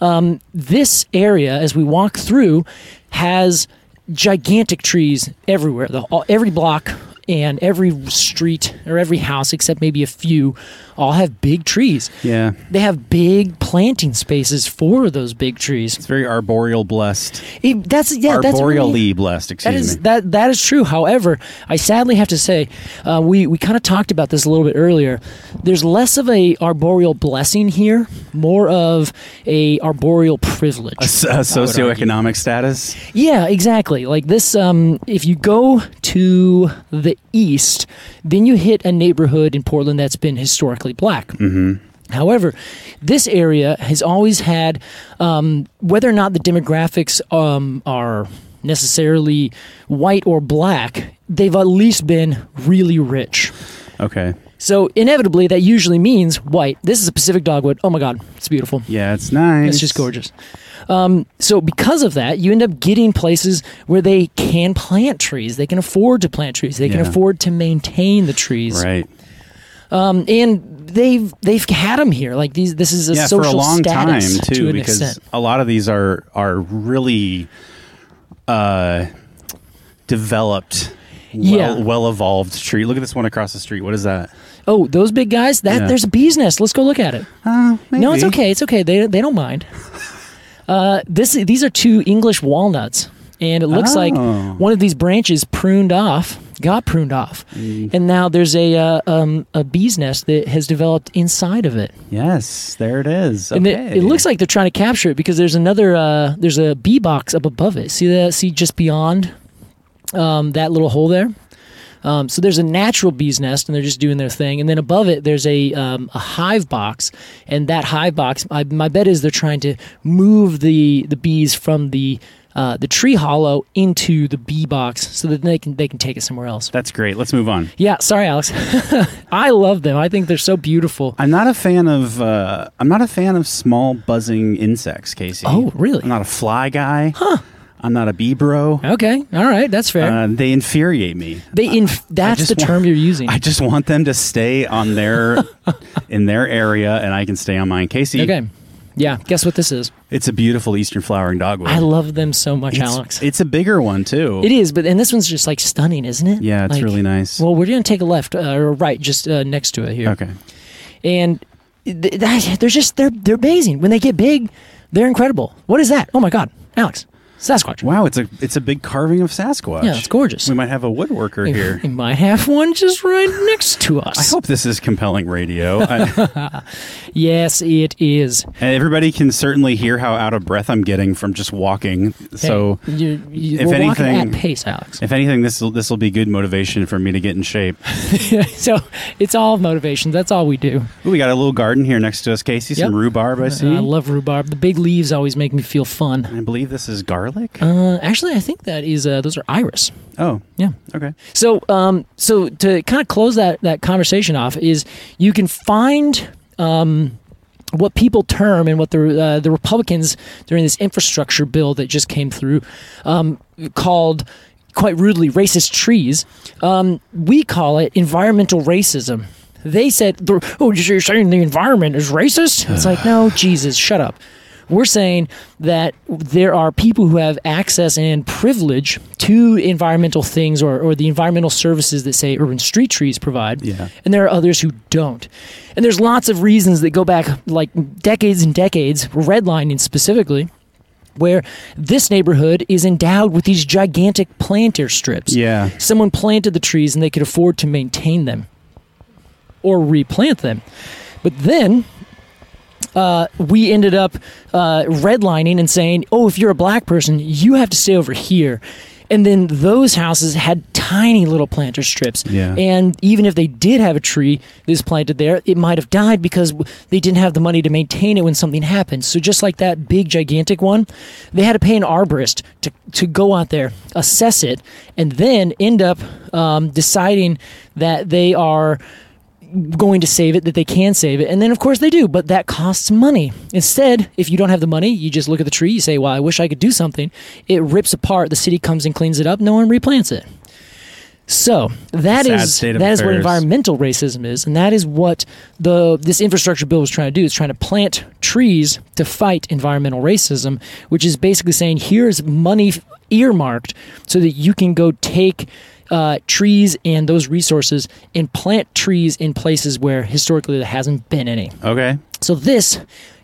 Speaker 1: um, this area, as we walk through, has gigantic trees everywhere. The, all, every block and every street or every house, except maybe a few, all have big trees.
Speaker 2: Yeah,
Speaker 1: They have big planting spaces for those big trees.
Speaker 2: it's very arboreal blessed.
Speaker 1: It- that's yeah, that's
Speaker 2: arboreally
Speaker 1: really,
Speaker 2: blessed.
Speaker 1: that
Speaker 2: Excuse
Speaker 1: is
Speaker 2: me.
Speaker 1: that that is true. However, I sadly have to say, uh, we we kind of talked about this a little bit earlier. There's less of a arboreal blessing here, more of a arboreal privilege.
Speaker 2: S- uh, socioeconomic status.
Speaker 1: Yeah, exactly. Like this, um, if you go to the east, then you hit a neighborhood in Portland that's been historically black. Mm-hmm. However, this area has always had, um, whether or not the demographics um, are necessarily white or black, they've at least been really rich.
Speaker 2: Okay.
Speaker 1: So inevitably, that usually means white. This is a Pacific dogwood. Oh my God, it's beautiful.
Speaker 2: Yeah, it's nice.
Speaker 1: It's just gorgeous. Um, so because of that, you end up getting places where they can plant trees. They can afford to plant trees. They can
Speaker 2: Yeah.
Speaker 1: afford to maintain the trees.
Speaker 2: Right.
Speaker 1: Um, and they've they've had them here. Like these, this is a
Speaker 2: yeah,
Speaker 1: social
Speaker 2: for a long time
Speaker 1: status
Speaker 2: too,
Speaker 1: to an
Speaker 2: because
Speaker 1: extent.
Speaker 2: a lot of these are are really uh, developed, well,
Speaker 1: Yeah.
Speaker 2: well evolved tree. Look at this one across the street. What is that?
Speaker 1: Oh, those big guys! That
Speaker 2: Yeah.
Speaker 1: there's a bee's nest. Let's go look at it.
Speaker 2: Uh,
Speaker 1: No, it's okay. It's okay. They they don't mind. Uh, this these are two English walnuts, and it looks like
Speaker 2: Oh.
Speaker 1: one of these branches pruned off, got pruned off, and now there's a uh, um, a bee's nest that has developed inside of it.
Speaker 2: Yes, there it is.
Speaker 1: And
Speaker 2: okay.
Speaker 1: it, it looks like they're trying to capture it because there's another uh, there's a bee box up above it. See that? See just beyond um, that little hole there. Um, so there's a natural bee's nest, and they're just doing their thing. And then above it, there's a um, a hive box, and that hive box, I, my bet is they're trying to move the the bees from the uh, the tree hollow into the bee box, so that they can they can take it somewhere else.
Speaker 2: that's great. Let's move on.
Speaker 1: Yeah, sorry, Alex. I love them. I think they're so beautiful.
Speaker 2: I'm not a fan of uh, I'm not a fan of small buzzing insects, Casey.
Speaker 1: Oh, really?
Speaker 2: I'm not a fly guy. Huh. I'm not a bee bro.
Speaker 1: Okay, all right, that's fair.
Speaker 2: Uh, they infuriate me.
Speaker 1: They inf- that's
Speaker 2: just
Speaker 1: the
Speaker 2: want-
Speaker 1: term you're using.
Speaker 2: I just want them to stay on their in their area, and I can stay on mine. Casey,
Speaker 1: okay. Yeah, guess what this is?
Speaker 2: it's a beautiful eastern flowering dogwood.
Speaker 1: I love them so much,
Speaker 2: it's,
Speaker 1: Alex.
Speaker 2: It's a bigger one too.
Speaker 1: it is, but and this one's just like stunning, isn't it?
Speaker 2: Yeah, it's
Speaker 1: Like-
Speaker 2: really nice.
Speaker 1: Well, we're gonna take a left uh, or a right, just uh, next to it here.
Speaker 2: okay.
Speaker 1: And th- that, they're just they're they're amazing. When they get big, they're incredible. What is that? Oh my God, Alex, Sasquatch.
Speaker 2: Wow, it's a it's a big carving of Sasquatch.
Speaker 1: Yeah, it's gorgeous.
Speaker 2: We might have a woodworker
Speaker 1: We-
Speaker 2: here.
Speaker 1: We might have one just right next to
Speaker 2: I
Speaker 1: us.
Speaker 2: hope this is compelling radio. I,
Speaker 1: Yes, it is.
Speaker 2: and everybody can certainly hear how out of breath I'm getting from just walking. So,
Speaker 1: Hey, you, you,
Speaker 2: if
Speaker 1: we're walking
Speaker 2: anything-
Speaker 1: at pace, Alex.
Speaker 2: if anything, this will this will be good motivation for me to get in shape.
Speaker 1: so it's all motivation. That's all we do.
Speaker 2: Ooh, we got a little garden here next to us, Casey. Some
Speaker 1: Yep.
Speaker 2: rhubarb, I see.
Speaker 1: I love rhubarb. The big leaves always make me feel fun.
Speaker 2: I believe this is garlic. garlic?
Speaker 1: Uh, actually, I think that is uh, those are iris.
Speaker 2: oh,
Speaker 1: Yeah.
Speaker 2: okay.
Speaker 1: So, um, so to kind of close that that conversation off is you can find. Um, what people term and what the uh, the Republicans during this infrastructure bill that just came through um, called quite rudely racist trees. Um, we call it environmental racism. They said, the- "Oh, you're saying the environment is racist?" It's like, no, Jesus, shut up. We're saying that there are people who have access and privilege to environmental things or, or the environmental services that, say, urban street trees provide.
Speaker 2: Yeah.
Speaker 1: And there are others who don't. And there's lots of reasons that go back like decades and decades, redlining specifically, where this neighborhood is endowed with these gigantic planter strips.
Speaker 2: Yeah.
Speaker 1: Someone planted the trees and they could afford to maintain them or replant them. But then uh, we ended up uh, redlining and saying, oh, if you're a black person, you have to stay over here. And then those houses had tiny little planter strips.
Speaker 2: Yeah.
Speaker 1: And even if they did have a tree that was planted there, it might have died because w- they didn't have the money to maintain it when something happened. So just like that big, gigantic one, they had to pay an arborist to, to go out there, assess it, and then end up um, deciding that they are going to save it that they can save it and then of course they do but that costs money instead if you don't have the money you just look at the tree you say well i wish i could do something it rips apart the city comes and cleans it up no one replants it so that
Speaker 2: Sad
Speaker 1: is
Speaker 2: state of
Speaker 1: that is what
Speaker 2: affairs.
Speaker 1: environmental racism is and that is what the this infrastructure bill was trying to do it's trying to plant trees to fight environmental racism which is basically saying here's money f- earmarked so that you can go take uh, trees and those resources and plant trees in places where historically there hasn't been any.
Speaker 2: Okay.
Speaker 1: So this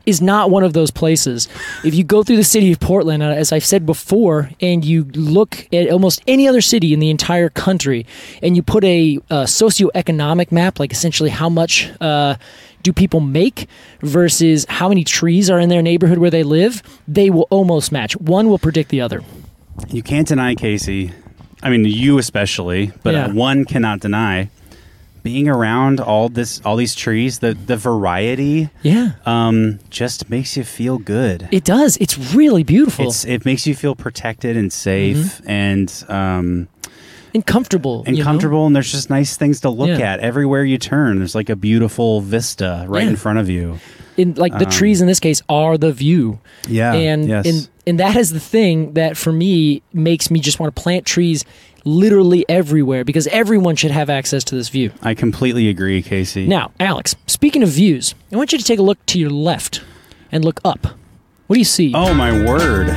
Speaker 1: is not one of those places. If you go through the city of Portland, uh, as I've said before, and you look at almost any other city in the entire country, and you put a uh, socioeconomic map, like essentially how much uh, do people make versus how many trees are in their neighborhood where they live, they will almost match. One will predict the other.
Speaker 2: You can't deny, Casey, I mean, you especially, but uh,
Speaker 1: Yeah.
Speaker 2: one cannot deny being around all this, all these trees, the, the variety
Speaker 1: Yeah,
Speaker 2: um, just makes you feel good.
Speaker 1: it does. It's really beautiful
Speaker 2: It's, it makes you feel protected and safe and um,
Speaker 1: and comfortable.
Speaker 2: and
Speaker 1: you know?
Speaker 2: comfortable. And there's just nice things to look
Speaker 1: Yeah.
Speaker 2: at everywhere you turn. There's like a beautiful vista right
Speaker 1: Yeah.
Speaker 2: in front of you.
Speaker 1: in like
Speaker 2: Um,
Speaker 1: the trees in this case are the view.
Speaker 2: Yeah,
Speaker 1: And
Speaker 2: Ah, yes.
Speaker 1: and and that is the thing that for me makes me just want to plant trees literally everywhere because everyone should have access to this view.
Speaker 2: I completely agree, Casey.
Speaker 1: Now, Alex, speaking of views, I want you to take a look to your left and look up. What do you see?
Speaker 2: Oh my word.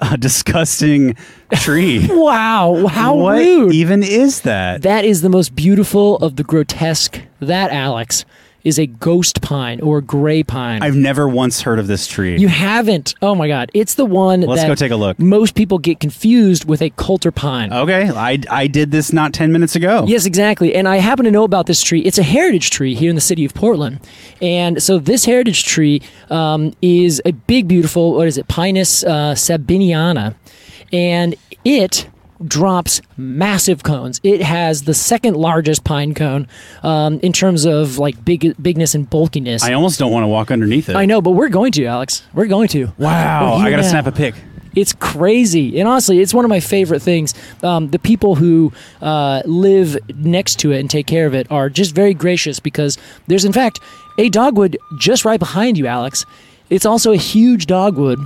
Speaker 2: a disgusting tree.
Speaker 1: Wow, how
Speaker 2: what
Speaker 1: rude.
Speaker 2: even is that?
Speaker 1: that is the most beautiful of the grotesque. That Alex is a ghost pine or gray pine.
Speaker 2: I've never once heard of this tree.
Speaker 1: You haven't. Oh my God. It's the one
Speaker 2: Let's
Speaker 1: that
Speaker 2: go take a look.
Speaker 1: most people get confused with a coulter pine.
Speaker 2: okay, I, I did this not 10 minutes ago.
Speaker 1: Yes, exactly. And I happen to know about this tree. It's a heritage tree here in the city of Portland. And so this heritage tree um, is a big, beautiful, what is it, Pinus uh, sabiniana. And it drops massive cones. It has the second largest pine cone um, in terms of like big bigness and bulkiness.
Speaker 2: I almost don't want to walk underneath it.
Speaker 1: I know, but we're going to, Alex. We're going to.
Speaker 2: Wow, I got to
Speaker 1: Yeah.
Speaker 2: snap a pic.
Speaker 1: It's crazy, and honestly, it's one of my favorite things. Um, the people who uh, live next to it and take care of it are just very gracious because there's, in fact, a dogwood just right behind you, Alex. It's also a huge dogwood.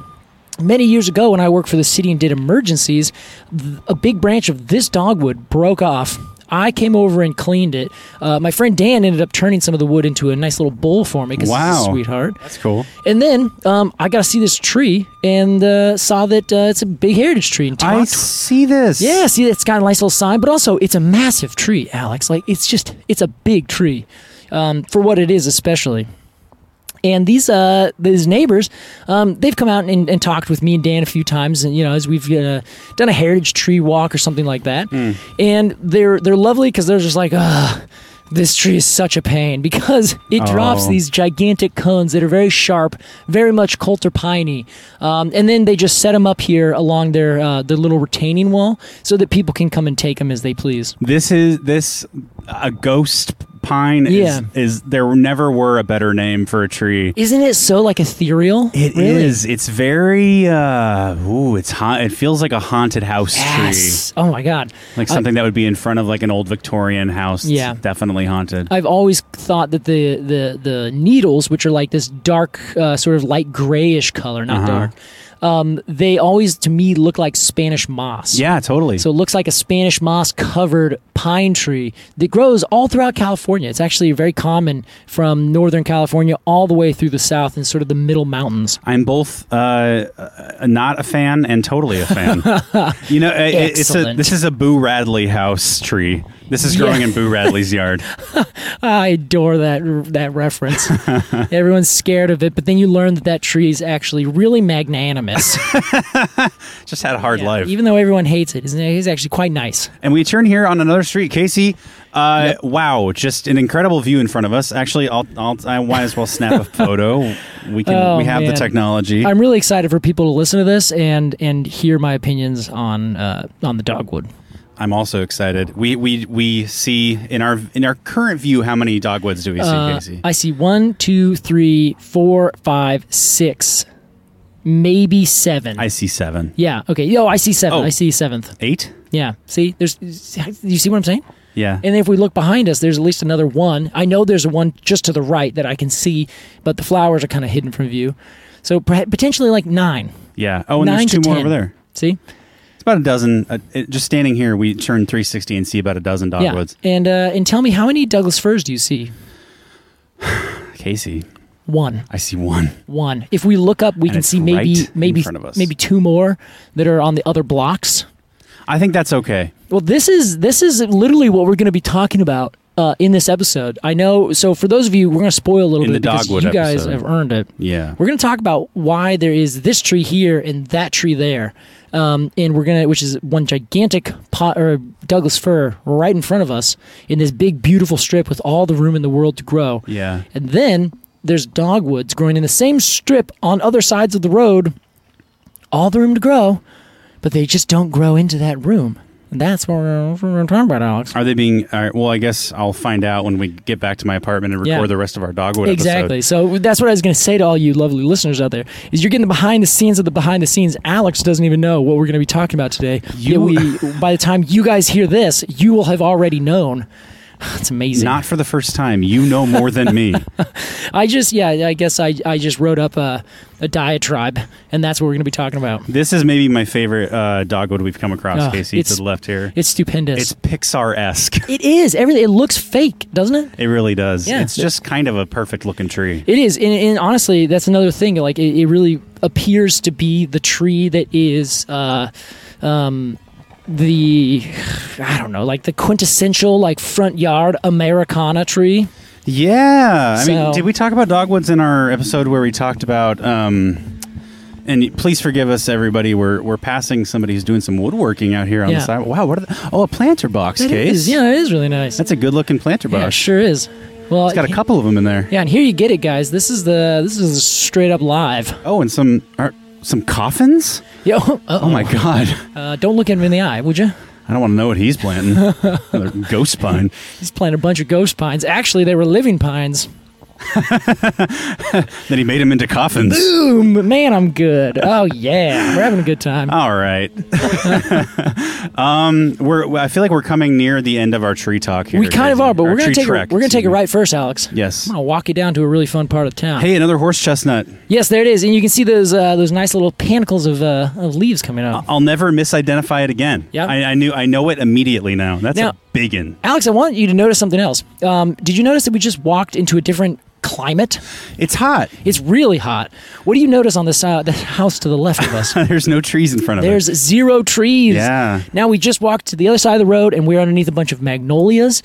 Speaker 1: Many years ago, when I worked for the city and did emergencies, th- a big branch of this dogwood broke off. I came over and cleaned it. Uh, my friend Dan ended up turning some of the wood into a nice little bowl for me because
Speaker 2: Wow.
Speaker 1: he's a sweetheart.
Speaker 2: That's cool.
Speaker 1: And then um, I got to see this tree and uh, saw that uh, it's a big heritage tree. And
Speaker 2: I
Speaker 1: talked-
Speaker 2: see this.
Speaker 1: yeah, see, it's got a nice little sign, but also it's a massive tree, Alex. Like it's just, it's a big tree um, for what it is, especially. And these uh, these neighbors, um, they've come out and, and talked with me and Dan a few times, and you know, as we've uh, done a heritage tree walk or something like that.
Speaker 2: Hmm.
Speaker 1: And they're they're lovely because they're just like, ugh. This tree is such a pain because it drops
Speaker 2: Oh.
Speaker 1: these gigantic cones that are very sharp, very much coulter piney, um, and then they just set them up here along their uh, their little retaining wall so that people can come and take them as they please.
Speaker 2: This is this a ghost pine
Speaker 1: Yeah.
Speaker 2: is is there never were a better name for a tree.
Speaker 1: Isn't it so like ethereal?
Speaker 2: It is.
Speaker 1: Really?
Speaker 2: It's very uh ooh, it's ha- it feels like a haunted house tree.
Speaker 1: Yes. Oh my god.
Speaker 2: Like
Speaker 1: I-
Speaker 2: something that would be in front of like an old Victorian house. that's
Speaker 1: Yeah. Uh,
Speaker 2: Definitely haunted.
Speaker 1: I've always thought that the the the needles, which are like this dark, uh, sort of light grayish color, not dark, um, they always to me look like Spanish moss.
Speaker 2: yeah, totally.
Speaker 1: So it looks like a Spanish moss covered pine tree that grows all throughout California. It's actually very common from northern California all the way through the south and sort of the middle mountains.
Speaker 2: I'm both uh, uh, not a fan and totally a fan. you know, i- i- it's a,
Speaker 1: Excellent.
Speaker 2: this is a Boo Radley house tree. This is growing
Speaker 1: Yeah.
Speaker 2: in Boo Radley's yard.
Speaker 1: I adore that that reference. Everyone's scared of it, but then you learn that that tree is actually really magnanimous.
Speaker 2: Just had a hard
Speaker 1: Yeah,
Speaker 2: life.
Speaker 1: Even though everyone hates it, isn't it? It's actually quite nice.
Speaker 2: And we turn here on another street, Casey. Uh, Wow, just an incredible view in front of us. Actually, I'll, I'll I might as well snap a photo. We can.
Speaker 1: Oh,
Speaker 2: we have
Speaker 1: man.
Speaker 2: the technology.
Speaker 1: I'm really excited for people to listen to this and and hear my opinions on uh, on the dogwood.
Speaker 2: I'm also excited. We we we see in our in our current view how many dogwoods do we see,
Speaker 1: Uh,
Speaker 2: Casey?
Speaker 1: I see one, two, three, four, five, six, maybe seven.
Speaker 2: I see seven,
Speaker 1: yeah. Okay. Yo, I see seven.
Speaker 2: Oh.
Speaker 1: I see seventh.
Speaker 2: eight.
Speaker 1: Yeah. See, there's. You see what I'm saying?
Speaker 2: Yeah.
Speaker 1: And if we look behind us, there's at least another one. I know there's one just to the right that I can see, but the flowers are kind of hidden from view. So perha- potentially like nine.
Speaker 2: yeah. Oh, and
Speaker 1: nine
Speaker 2: there's
Speaker 1: to
Speaker 2: two more
Speaker 1: ten.
Speaker 2: over there.
Speaker 1: See?
Speaker 2: It's about a dozen. Uh, it, just standing here, we turn 360 and see about a dozen dogwoods.
Speaker 1: Yeah. And uh, and tell me how many Douglas firs do you see?
Speaker 2: Casey,
Speaker 1: One.
Speaker 2: I see one.
Speaker 1: One. If we look up, we
Speaker 2: And
Speaker 1: can
Speaker 2: it's
Speaker 1: see maybe
Speaker 2: right in
Speaker 1: maybe
Speaker 2: front of us.
Speaker 1: maybe two more that are on the other blocks.
Speaker 2: I think that's okay.
Speaker 1: Well, this is this is literally what we're going to be talking about uh, in this episode. I know. So for those of you, we're going to spoil a little
Speaker 2: In
Speaker 1: bit
Speaker 2: the
Speaker 1: because
Speaker 2: Dogwood
Speaker 1: you guys
Speaker 2: episode.
Speaker 1: have earned it.
Speaker 2: Yeah.
Speaker 1: We're going to talk about why there is this tree here and that tree there, um, and we're gonna, which is one gigantic pot or Douglas fir right in front of us in this big beautiful strip with all the room in the world to grow.
Speaker 2: Yeah.
Speaker 1: And then there's dogwoods growing in the same strip on other sides of the road, all the room to grow, but they just don't grow into that room. And that's what we're, what we're talking about, Alex.
Speaker 2: Are they being? All right, well, I guess I'll find out when we get back to my apartment and
Speaker 1: Yeah.
Speaker 2: record the rest of our dogwood.
Speaker 1: Exactly.
Speaker 2: Episode.
Speaker 1: So that's what I was going to say to all you lovely listeners out there is you're getting the behind the scenes of the behind the scenes. Alex doesn't even know what we're going to be talking about today.
Speaker 2: You-
Speaker 1: Yet we, by the time you guys hear this, you will have already known. It's amazing.
Speaker 2: Not for the first time. You know more than me.
Speaker 1: I just, yeah, I guess I, I just wrote up a, a diatribe, and that's what we're going to be talking about.
Speaker 2: this is maybe my favorite uh, dogwood we've come across,
Speaker 1: Oh,
Speaker 2: Casey. To the left here,
Speaker 1: It's stupendous.
Speaker 2: it's Pixar esque.
Speaker 1: It is. Everything. It looks fake, doesn't it?
Speaker 2: It really does.
Speaker 1: Yeah.
Speaker 2: It's just kind of a perfect looking tree.
Speaker 1: It is. And, and honestly, that's another thing. Like, it, it really appears to be the tree that is. Uh, um, the I don't know, like the quintessential like front yard Americana tree.
Speaker 2: Yeah. I mean,
Speaker 1: So-
Speaker 2: did we talk about dogwoods in our episode where we talked about um and please forgive us everybody we're we're passing somebody who's doing some woodworking out here on the
Speaker 1: Yeah.
Speaker 2: side. Wow, what are the, Oh, a planter box
Speaker 1: It
Speaker 2: case.
Speaker 1: is. Yeah, it is really nice.
Speaker 2: That's a good-looking planter
Speaker 1: yeah, it
Speaker 2: box.
Speaker 1: sure is. Well,
Speaker 2: It's got a couple of them in there.
Speaker 1: Yeah, and here you get it, guys. This is the this is straight up live.
Speaker 2: Oh, and some are some coffins?
Speaker 1: Yo, uh-oh.
Speaker 2: Oh my god.
Speaker 1: Uh, don't look at him in the eye, would you?
Speaker 2: I don't want to know what he's planting. Another ghost pine.
Speaker 1: He's planting a bunch of ghost pines. Actually, they were living pines.
Speaker 2: Then he made him into coffins.
Speaker 1: Boom! Man, I'm good. Oh yeah, we're having a good time.
Speaker 2: All right. um, we're. I feel like we're coming near the end of our tree talk here.
Speaker 1: We kind of
Speaker 2: Daisy.
Speaker 1: are, but
Speaker 2: Our
Speaker 1: we're gonna
Speaker 2: tree
Speaker 1: take
Speaker 2: trek,
Speaker 1: a, we're gonna take a
Speaker 2: excuse me.
Speaker 1: right first, Alex.
Speaker 2: Yes.
Speaker 1: I'm gonna walk you down to a really fun part of town.
Speaker 2: Hey, another horse chestnut.
Speaker 1: Yes, there it is, and you can see those uh, those nice little panicles of, uh, of leaves coming up.
Speaker 2: I'll never misidentify it again.
Speaker 1: Yep.
Speaker 2: I, I knew. I know it immediately now. That's a
Speaker 1: Now-
Speaker 2: biggin.
Speaker 1: Alex, I want you to notice something else. Um, did you notice that we just walked into a different climate?
Speaker 2: It's hot.
Speaker 1: It's really hot. What do you notice on this uh, the house to the left of us?
Speaker 2: There's no trees in front of
Speaker 1: There's
Speaker 2: it.
Speaker 1: zero trees.
Speaker 2: Yeah.
Speaker 1: Now we just walked to the other side of the road, and we're underneath a bunch of magnolias.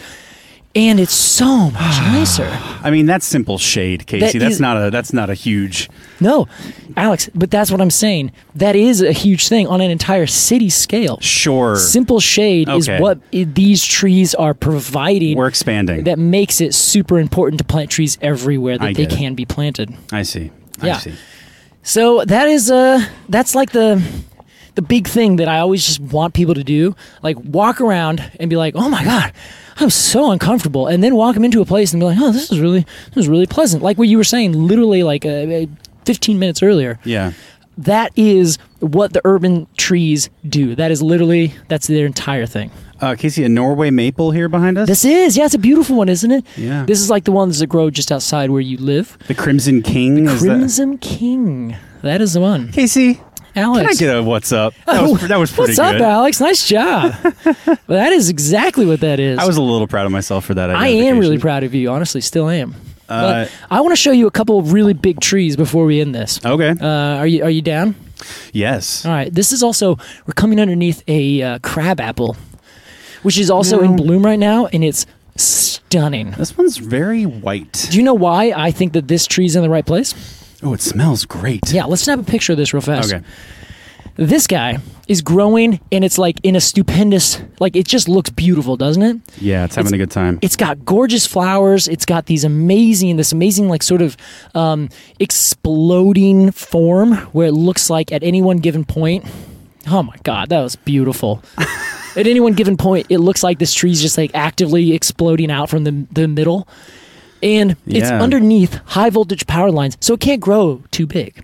Speaker 1: and it's so much nicer.
Speaker 2: I mean, that's simple shade, Casey. that's
Speaker 1: is-
Speaker 2: not a that's not a huge.
Speaker 1: No, Alex, but that's what I'm saying. That is a huge thing on an entire city scale.
Speaker 2: Sure.
Speaker 1: Simple shade
Speaker 2: Okay.
Speaker 1: is what i- these trees are providing.
Speaker 2: We're expanding.
Speaker 1: That makes it super important to plant trees everywhere that
Speaker 2: I
Speaker 1: they
Speaker 2: get it.
Speaker 1: can be planted.
Speaker 2: I see. I
Speaker 1: Yeah.
Speaker 2: see.
Speaker 1: So that is uh that's like the the big thing that I always just want people to do, like walk around and be like, "Oh my god, I'm so uncomfortable," and then walk them into a place and be like, "Oh, this is really this is really pleasant." Like what you were saying, literally like uh, uh, 15 minutes earlier.
Speaker 2: Yeah.
Speaker 1: That is what the urban trees do. That is literally that's their entire thing.
Speaker 2: Uh, Casey, a Norway maple here behind us.
Speaker 1: This is yeah, it's a beautiful one, isn't it?
Speaker 2: Yeah.
Speaker 1: This is like the ones that grow just outside where you live.
Speaker 2: the Crimson King. is that-
Speaker 1: Crimson King. That is the one.
Speaker 2: Casey,
Speaker 1: Alex.
Speaker 2: can I get a what's up? That was, that was pretty
Speaker 1: Oh, What's
Speaker 2: good.
Speaker 1: up, Alex? Nice job. well, that is exactly what that is.
Speaker 2: I was a little proud of myself for that.
Speaker 1: I am really
Speaker 2: identification.
Speaker 1: proud of you. Honestly, still am.
Speaker 2: Uh,
Speaker 1: but I want to show you a couple of really big trees before we end this.
Speaker 2: Okay.
Speaker 1: Uh, are you Are you down?
Speaker 2: yes.
Speaker 1: All right. This is also we're coming underneath a uh, crab apple, which is also in bloom right now, and it's stunning.
Speaker 2: This one's very white.
Speaker 1: Do you know why I think that this tree's in the right place?
Speaker 2: Oh, it smells great.
Speaker 1: Yeah, let's snap a picture of this real fast.
Speaker 2: Okay.
Speaker 1: This guy is growing, and it's like in a stupendous, like it just looks beautiful, doesn't it?
Speaker 2: Yeah, it's having a good time.
Speaker 1: it's got gorgeous flowers it's got these amazing this amazing like sort of um, exploding form where it looks like at any one given point oh my god that was beautiful at any one given point it looks like this tree's just like actively exploding out from the, the middle and it's
Speaker 2: Yeah.
Speaker 1: underneath high voltage power lines so it can't grow too big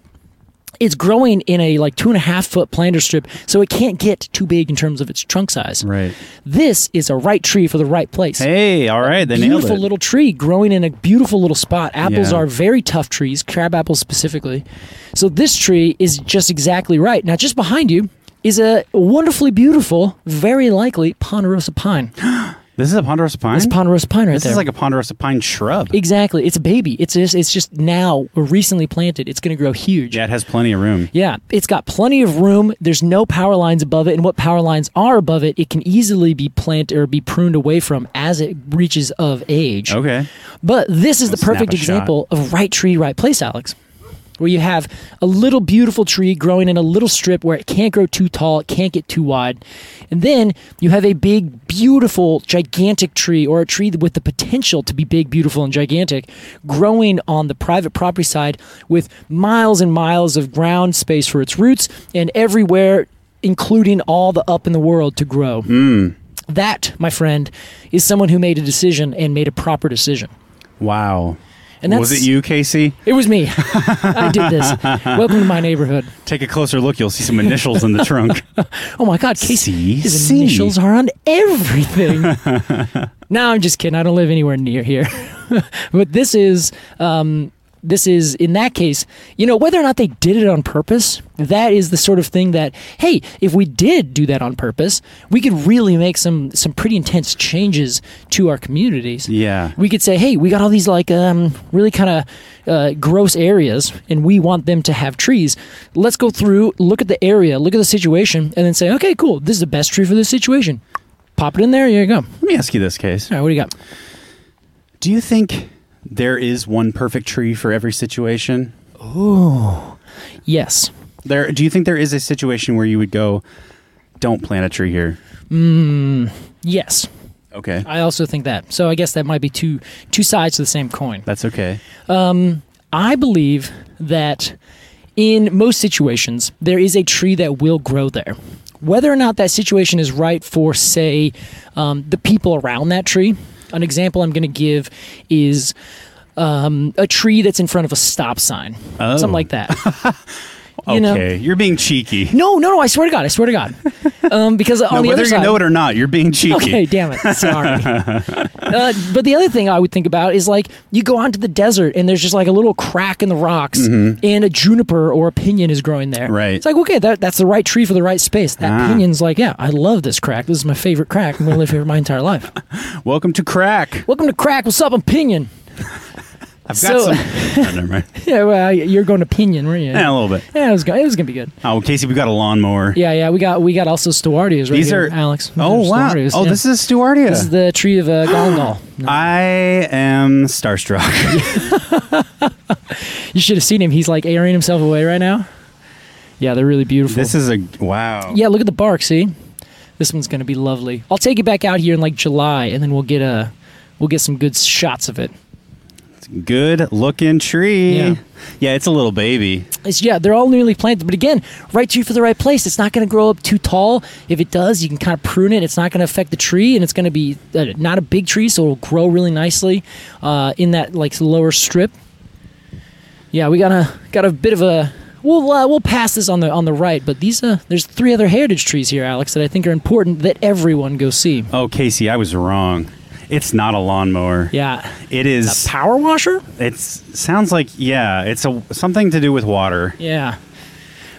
Speaker 1: it's growing in a like two and a half foot planter strip so it can't get too big in terms of its trunk size
Speaker 2: Right.
Speaker 1: this is a right tree for the right place
Speaker 2: Hey, all right, they nailed
Speaker 1: beautiful
Speaker 2: it.
Speaker 1: little tree growing in a beautiful little spot. Apples
Speaker 2: Yeah.
Speaker 1: are very tough trees, crab apples specifically. So this tree is just exactly right. Now, just behind you is a wonderfully beautiful, very likely ponderosa pine.
Speaker 2: this is a ponderosa pine.
Speaker 1: It's ponderosa pine right
Speaker 2: this
Speaker 1: there.
Speaker 2: is like a ponderosa pine shrub.
Speaker 1: exactly. It's a baby. It's just, it's just now recently planted. It's going to grow huge.
Speaker 2: yeah, it has plenty of room.
Speaker 1: Yeah, it's got plenty of room. There's no power lines above it, and what power lines are above it, it can easily be planted or be pruned away from as it reaches of age.
Speaker 2: Okay.
Speaker 1: But this is the
Speaker 2: Snap
Speaker 1: perfect
Speaker 2: a shot.
Speaker 1: example of right tree, right place, Alex. Where you have a little beautiful tree growing in a little strip where it can't grow too tall, it can't get too wide. And then you have a big, beautiful, gigantic tree or a tree with the potential to be big, beautiful, and gigantic growing on the private property side with miles and miles of ground space for its roots and everywhere, including all the up in the world to grow.
Speaker 2: Hmm.
Speaker 1: That, my friend, is someone who made a decision and made a proper decision.
Speaker 2: Wow.
Speaker 1: And
Speaker 2: was
Speaker 1: that's-
Speaker 2: it you, Casey?
Speaker 1: It was me. I did this. Welcome to my neighborhood.
Speaker 2: Take a closer look. You'll see some initials in the trunk.
Speaker 1: Oh my God, Casey,
Speaker 2: See?
Speaker 1: his
Speaker 2: See?
Speaker 1: initials are on everything. no, I'm just kidding. I don't live anywhere near here. but this is, um, this is in that case, you know, whether or not they did it on purpose, that is the sort of thing that, hey, if we did do that on purpose, we could really make some some pretty intense changes to our communities.
Speaker 2: Yeah.
Speaker 1: we could say, hey, we got all these like um, really kind of uh, gross areas, and we want them to have trees. Let's go through, look at the area, look at the situation, and then say, okay, cool, this is the best tree for this situation. Pop it in there. Here you go. All
Speaker 2: Let me ask you this, Case.
Speaker 1: right, what do you got?
Speaker 2: Do you think there is one perfect tree for every situation?
Speaker 1: Yes.
Speaker 2: There. Do you think there is a situation where you would go, "Don't plant a tree here"?
Speaker 1: Yes.
Speaker 2: Okay,
Speaker 1: I also think that. So I guess that might be two two sides to the same coin.
Speaker 2: that's okay.
Speaker 1: I believe that in most situations there is a tree that will grow there. Whether or not that situation is right for, say, um, the people around that tree. An example I'm going to give is um, a tree that's in front of a stop sign,
Speaker 2: Oh.
Speaker 1: something like that.
Speaker 2: okay,
Speaker 1: You know-
Speaker 2: you're being cheeky.
Speaker 1: No, no, no! I swear to God, I swear to God. Um, because on
Speaker 2: No,
Speaker 1: the
Speaker 2: whether
Speaker 1: other
Speaker 2: you
Speaker 1: side,
Speaker 2: know it or not, you're being cheeky.
Speaker 1: Okay, damn it. Sorry. uh, but the other thing I would think about is like you go out to the desert and there's just like a little crack in the rocks and a juniper or a pinyon is growing there.
Speaker 2: Mm-hmm. Right.
Speaker 1: It's like, okay, that, that's the right tree for the right space. That
Speaker 2: Ah.
Speaker 1: pinion's like, yeah, I love this crack. This is my favorite crack. I'm going to live here my entire life.
Speaker 2: Welcome to crack.
Speaker 1: Welcome to Crack. What's up? I'm Pinion.
Speaker 2: I've got
Speaker 1: So-
Speaker 2: some. Oh, never mind.
Speaker 1: Yeah, well, you're going to Pinion, weren't you?
Speaker 2: Yeah, a little bit.
Speaker 1: Yeah, it was go- it was gonna be good.
Speaker 2: Oh, Casey, we got a lawnmower.
Speaker 1: Yeah, yeah, we got we got also Stewardias right
Speaker 2: These
Speaker 1: here,
Speaker 2: are
Speaker 1: Alex.
Speaker 2: Oh
Speaker 1: These are
Speaker 2: wow!
Speaker 1: Stewardias,
Speaker 2: Oh,
Speaker 1: yeah.
Speaker 2: this is a Stewardia.
Speaker 1: This is the tree of uh, Golendal.
Speaker 2: I am starstruck.
Speaker 1: You should have seen him. He's like airing himself away right now. Yeah, they're really beautiful.
Speaker 2: this is a wow.
Speaker 1: yeah, look at the bark. See, this one's gonna be lovely. I'll take it back out here in like July, and then we'll get a we'll get some good shots of it.
Speaker 2: Good looking tree.
Speaker 1: Yeah.
Speaker 2: Yeah. it's a little baby.
Speaker 1: It's, yeah, they're all newly planted, but again, right tree for the right place. It's not going to grow up too tall. If it does, you can kind of prune it. It's not going to affect the tree, and it's going to be uh, not a big tree, so it'll grow really nicely uh, in that like lower strip. Yeah, we got a got a bit of a. We'll uh, we'll pass this on the on the right, but these uh, there's three other heritage trees here, Alex, that I think are important that everyone go see.
Speaker 2: Oh, Casey, I was wrong. It's not a lawnmower.
Speaker 1: Yeah,
Speaker 2: It is.
Speaker 1: power washer.
Speaker 2: It sounds like yeah. It's a something to do with water.
Speaker 1: Yeah.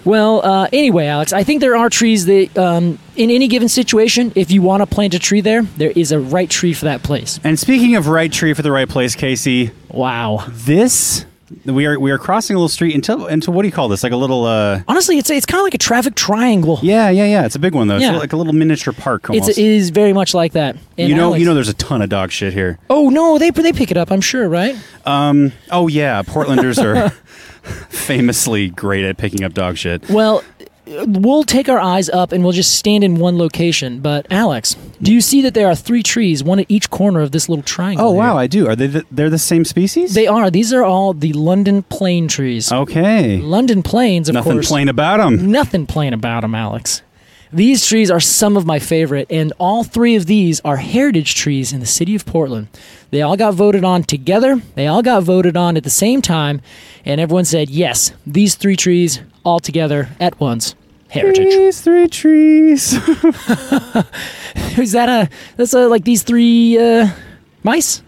Speaker 1: Well, uh, anyway, Alex, I think there are trees that, um, in any given situation, if you want to plant a tree there, there is a right tree for that place.
Speaker 2: And speaking of right tree for the right place, Casey,
Speaker 1: Wow.
Speaker 2: this we are we are crossing a little street into into what do you call this? Like a little uh.
Speaker 1: Honestly, it's it's kind of like a traffic triangle.
Speaker 2: Yeah, yeah, yeah. It's a big one though.
Speaker 1: Yeah.
Speaker 2: It's like a little miniature park
Speaker 1: It's,
Speaker 2: almost.
Speaker 1: it is very much like that. And
Speaker 2: you know,
Speaker 1: Alex-
Speaker 2: you know, there's a ton of dog shit here.
Speaker 1: Oh no, they they pick it up. I'm sure, right?
Speaker 2: Oh yeah, Portlanders are famously great at picking up dog shit.
Speaker 1: Well, uh, we'll take our eyes up and we'll just stand in one location. But Alex, do you see that there are three trees, one at each corner of this little triangle?
Speaker 2: Oh
Speaker 1: here?
Speaker 2: wow, I do. Are they the, they're the same species?
Speaker 1: They are. These are all the London plane trees.
Speaker 2: okay.
Speaker 1: London planes, of
Speaker 2: Oh. Nothing
Speaker 1: course.
Speaker 2: plain about them.
Speaker 1: nothing plain about them, Alex. These trees are some of my favorite, and all three of these are heritage trees in the city of Portland. They all got voted on together, they all got voted on at the same time, and everyone said, yes, these three trees all together at once. Heritage.
Speaker 2: These three trees.
Speaker 1: Is that a, that's a, like these three uh, mice?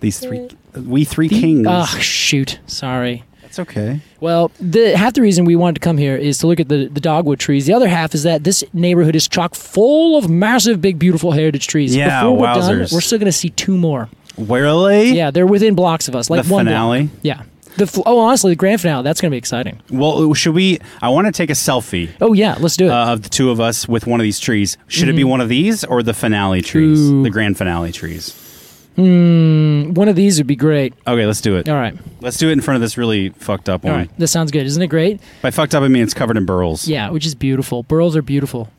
Speaker 2: These three, we three kings.
Speaker 1: Ah, shoot. Sorry.
Speaker 2: That's okay.
Speaker 1: Well, the half the reason we wanted to come here is to look at the, the dogwood trees. The other half is that this neighborhood is chock full of massive, big, beautiful heritage trees.
Speaker 2: Yeah,
Speaker 1: Before we're done,
Speaker 2: wowzers.
Speaker 1: we're still going to see two more.
Speaker 2: Really?
Speaker 1: Yeah, they're within blocks of us, like
Speaker 2: The
Speaker 1: one block.
Speaker 2: finale?
Speaker 1: Yeah. The f- oh, honestly, the grand finale. That's going to be exciting.
Speaker 2: Well, uh, should we? I want to take a selfie
Speaker 1: Oh yeah, let's do it.
Speaker 2: uh, of the two of us with one of these trees. Should it be
Speaker 1: Mm-hmm.
Speaker 2: one of these or the finale trees,
Speaker 1: Ooh.
Speaker 2: the grand finale trees?
Speaker 1: one of these would be great.
Speaker 2: Okay, let's do it.
Speaker 1: All right.
Speaker 2: Let's do it in front of this really fucked up
Speaker 1: All
Speaker 2: one.
Speaker 1: right. This sounds good, isn't it great?
Speaker 2: By fucked up, I mean it's covered in burls.
Speaker 1: Yeah, which is beautiful. Burls are beautiful.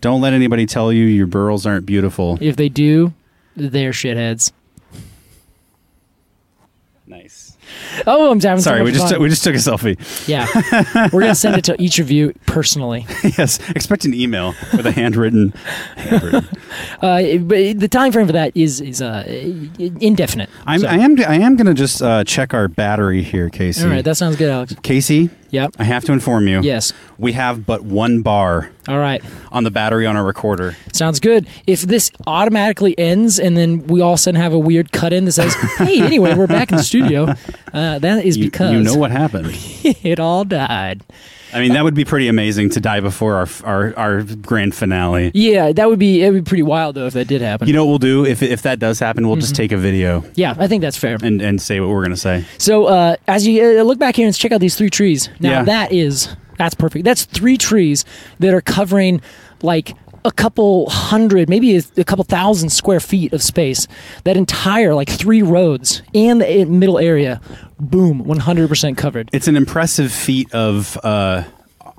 Speaker 2: Don't let anybody tell you your burls aren't beautiful.
Speaker 1: If they do, they're shitheads.
Speaker 2: Nice.
Speaker 1: Oh, I'm having so
Speaker 2: Sorry,
Speaker 1: much
Speaker 2: we just
Speaker 1: fun.
Speaker 2: took we just took a selfie.
Speaker 1: yeah. we're gonna send it to each of you personally.
Speaker 2: yes, expect an email with a handwritten. handwritten.
Speaker 1: Uh, but the time frame for that is is uh, indefinite.
Speaker 2: I'm,
Speaker 1: So-
Speaker 2: I am I am gonna just uh, check our battery here, Casey.
Speaker 1: all right, that sounds good, Alex.
Speaker 2: Casey,
Speaker 1: Yep.
Speaker 2: I have to inform you.
Speaker 1: Yes.
Speaker 2: we have but one bar
Speaker 1: All right,
Speaker 2: on the battery on our recorder.
Speaker 1: sounds good. If this automatically ends and then we all of a sudden have a weird cut in that says, "Hey, anyway, we're back in the studio," uh, that is
Speaker 2: You,
Speaker 1: because
Speaker 2: you know what happened.
Speaker 1: it all died.
Speaker 2: I mean, that would be pretty amazing to die before our our, our grand finale.
Speaker 1: Yeah, that would be it. Would be pretty wild though if that did happen.
Speaker 2: You know what we'll do if if that does happen? We'll
Speaker 1: Mm-hmm.
Speaker 2: just take a video
Speaker 1: yeah, I think that's fair.
Speaker 2: and and say what we're gonna say.
Speaker 1: So uh, as you uh, look back here and check out these three trees. Now
Speaker 2: Yeah.
Speaker 1: that is that's perfect. That's three trees that are covering like a couple hundred, maybe a, a couple thousand square feet of space. That entire like three roads and the i- middle area, boom, one hundred percent covered.
Speaker 2: It's an impressive feat of uh,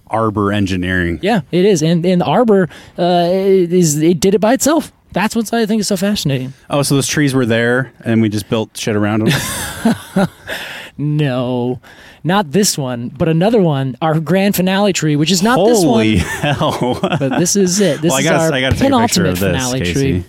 Speaker 2: arbor engineering.
Speaker 1: Yeah, it is. And and the arbor uh, is it did it by itself. That's what I think is so fascinating.
Speaker 2: Oh, so those trees were there, and we just built shit around them.
Speaker 1: No, not this one, but another one. Our grand finale tree, which is not this one.
Speaker 2: Holy hell!
Speaker 1: but this is it. This
Speaker 2: well, I
Speaker 1: is
Speaker 2: gotta,
Speaker 1: our
Speaker 2: I gotta take a picture
Speaker 1: penultimate
Speaker 2: of this,
Speaker 1: finale
Speaker 2: Casey.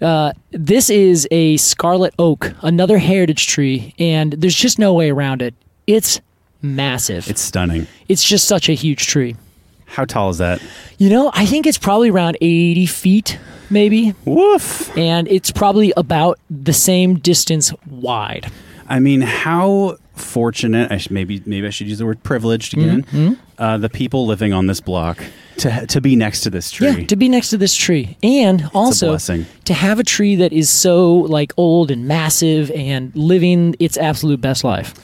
Speaker 1: tree. This is a scarlet oak, another heritage tree, and there's just no way around it. It's massive.
Speaker 2: It's stunning.
Speaker 1: It's just such a huge tree.
Speaker 2: How tall is that?
Speaker 1: You know, I think it's probably around 80 feet, maybe,
Speaker 2: Woof!
Speaker 1: and it's probably about the same distance wide.
Speaker 2: I mean, how
Speaker 1: Mm-hmm.
Speaker 2: fortunate? I should, maybe, maybe I should use the word privileged again. Uh, the people living on this block. to to be next to this tree.
Speaker 1: Yeah, to be next to this tree, and also
Speaker 2: blessing.
Speaker 1: to have a tree that is so like old and massive and living its absolute best life.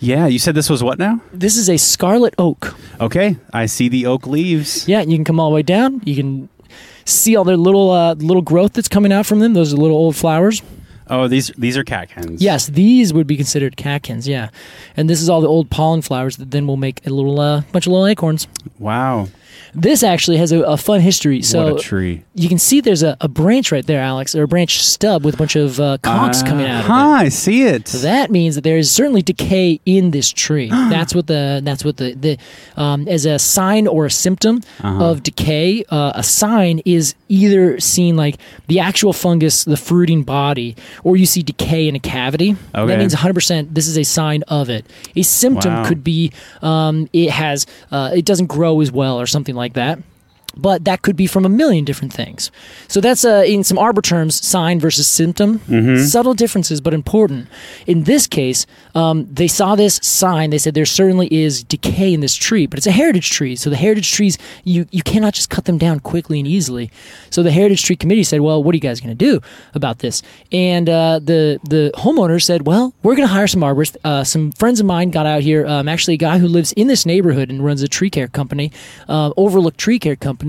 Speaker 2: yeah, you said this was what now?
Speaker 1: This is a scarlet oak.
Speaker 2: Okay, I see the oak leaves.
Speaker 1: Yeah, and you can come all the way down. You can see all their little uh, little growth that's coming out from them. Those are little old flowers.
Speaker 2: Oh, these these are cat hens.
Speaker 1: Yes, these would be considered catkins. Yeah, and this is all the old pollen flowers that then will make a little uh, bunch of little acorns.
Speaker 2: Wow.
Speaker 1: This actually has a, a fun history. So
Speaker 2: what a tree.
Speaker 1: you can see there's a, a branch right there, Alex, or a branch stub with a bunch of uh, conks coming out of it.
Speaker 2: Huh, Uh-huh, I see it.
Speaker 1: So that means that there is certainly decay in this tree. that's what the that's what the the um, as a sign or a symptom of decay. Uh, a sign is either seen like the actual fungus, the fruiting body, or you see decay in a cavity.
Speaker 2: Okay.
Speaker 1: That means 100. percent This is a sign of it. A symptom
Speaker 2: Wow.
Speaker 1: could be um, it has uh, it doesn't grow as well or something like that but that could be from a million different things. So that's uh, in some arbor terms, sign versus symptom, subtle differences, but important. In this case, um, they saw this sign. They said there certainly is decay in this tree, but it's a heritage tree. So the heritage trees, you you cannot just cut them down quickly and easily. So the heritage tree committee said, "Well, what are you guys going to do about this?" And uh, the the homeowner said, "Well, we're going to hire some arborists. Uh, some friends of mine got out here. Um, actually, a guy who lives in this neighborhood and runs a tree care company, uh, Overlook Tree Care Company.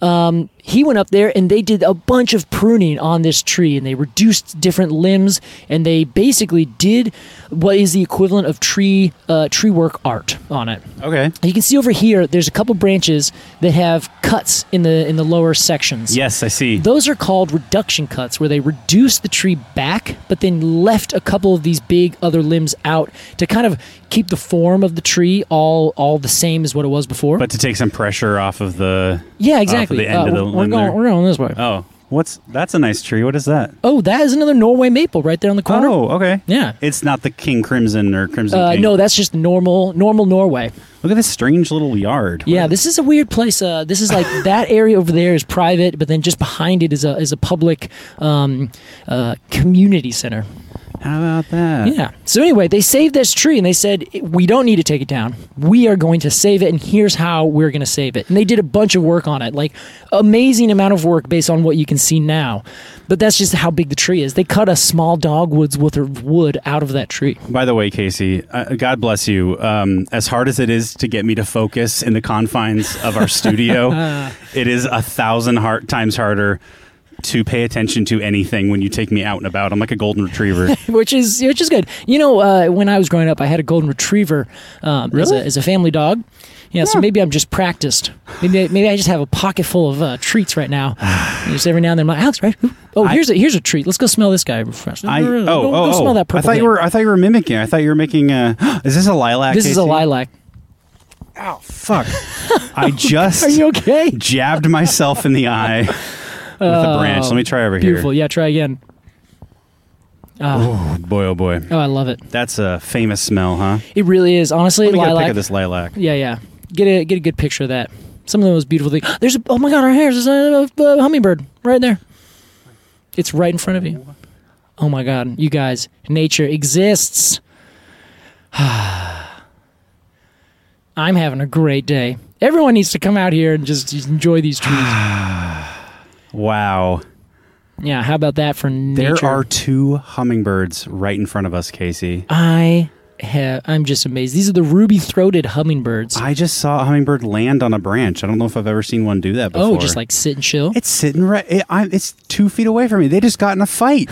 Speaker 1: Um, he went up there and they did a bunch of pruning on this tree, and they reduced different limbs, and they basically did what is the equivalent of tree uh, tree work art on it.
Speaker 2: okay.
Speaker 1: You can see over here. There's a couple branches that have cuts in the in the lower sections.
Speaker 2: Yes, I see.
Speaker 1: Those are called reduction cuts, where they reduce the tree back, but then left a couple of these big other limbs out to kind of keep the form of the tree all all the same as what it was before.
Speaker 2: but to take some pressure off of the
Speaker 1: yeah, exactly.
Speaker 2: off of the end of
Speaker 1: Uh,
Speaker 2: the
Speaker 1: we're, we're
Speaker 2: limb
Speaker 1: going,
Speaker 2: there.
Speaker 1: we're going this way.
Speaker 2: Oh, what's that's a nice tree. What is that?
Speaker 1: oh, that is another Norway maple right there on the corner.
Speaker 2: Oh, okay.
Speaker 1: Yeah.
Speaker 2: It's not the King Crimson or Crimson
Speaker 1: Uh,
Speaker 2: King.
Speaker 1: no, that's just normal, normal Norway.
Speaker 2: Look at this strange little yard.
Speaker 1: Yeah, this is a weird place. Uh, this is like that area over there is private, but then just behind it is a is a public um, uh, community center.
Speaker 2: How about that?
Speaker 1: Yeah. So anyway, they saved this tree and they said we don't need to take it down. We are going to save it, and here's how we're going to save it. And they did a bunch of work on it, like amazing amount of work based on what you can see now. But that's just how big the tree is. They cut a small dogwood's worth of wood out of that tree.
Speaker 2: By the way, Casey, uh, God bless you. Um, as hard as it is to get me to focus in the confines of our studio, it is a thousand hard, times harder to pay attention to anything when you take me out and about. I'm like a golden retriever.
Speaker 1: which is which is good. You know, uh, when I was growing up, I had a golden retriever um, as, a, as a family dog. Yeah, so maybe I'm just practiced. Maybe I, maybe I just have a pocket full of uh, treats right now. And just every now and then, I'm like, Alex, right? Ooh, Oh,
Speaker 2: I-
Speaker 1: here's a here's a treat. Let's go smell this guy. First.
Speaker 2: I,
Speaker 1: go,
Speaker 2: oh, oh,
Speaker 1: go
Speaker 2: oh.
Speaker 1: smell that
Speaker 2: I
Speaker 1: purple.
Speaker 2: thought
Speaker 1: thing.
Speaker 2: you were. I thought you were mimicking. I thought you were making. A, is this a lilac?
Speaker 1: This is a
Speaker 2: Casey?
Speaker 1: lilac.
Speaker 2: Fuck. I just
Speaker 1: Are you okay?
Speaker 2: jabbed myself in the eye with a branch. Let me try over
Speaker 1: Oh, Beautiful.
Speaker 2: here.
Speaker 1: Yeah, try again.
Speaker 2: Oh boy, oh boy.
Speaker 1: Oh, I love it.
Speaker 2: That's a famous smell, huh?
Speaker 1: It really is. Honestly,
Speaker 2: Let me get a
Speaker 1: lilac.
Speaker 2: pic of this lilac.
Speaker 1: Yeah, yeah. Get a get a good picture of that. Some of the most beautiful things. There's a, oh my god, our hairs. There's a, a hummingbird right there. It's right in front of you. Oh my god, you guys, nature exists. I'm having a great day. Everyone needs to come out here and just, just enjoy these trees.
Speaker 2: Wow.
Speaker 1: yeah, how about that for nature?
Speaker 2: There are two hummingbirds right in front of us, Casey.
Speaker 1: I have. I'm just amazed. These are the ruby-throated hummingbirds.
Speaker 2: I just saw a hummingbird land on a branch. I don't know if I've ever seen one do that before.
Speaker 1: oh, just like sit and chill.
Speaker 2: it's sitting right. It, I, it's two feet away from me. They just got in a fight.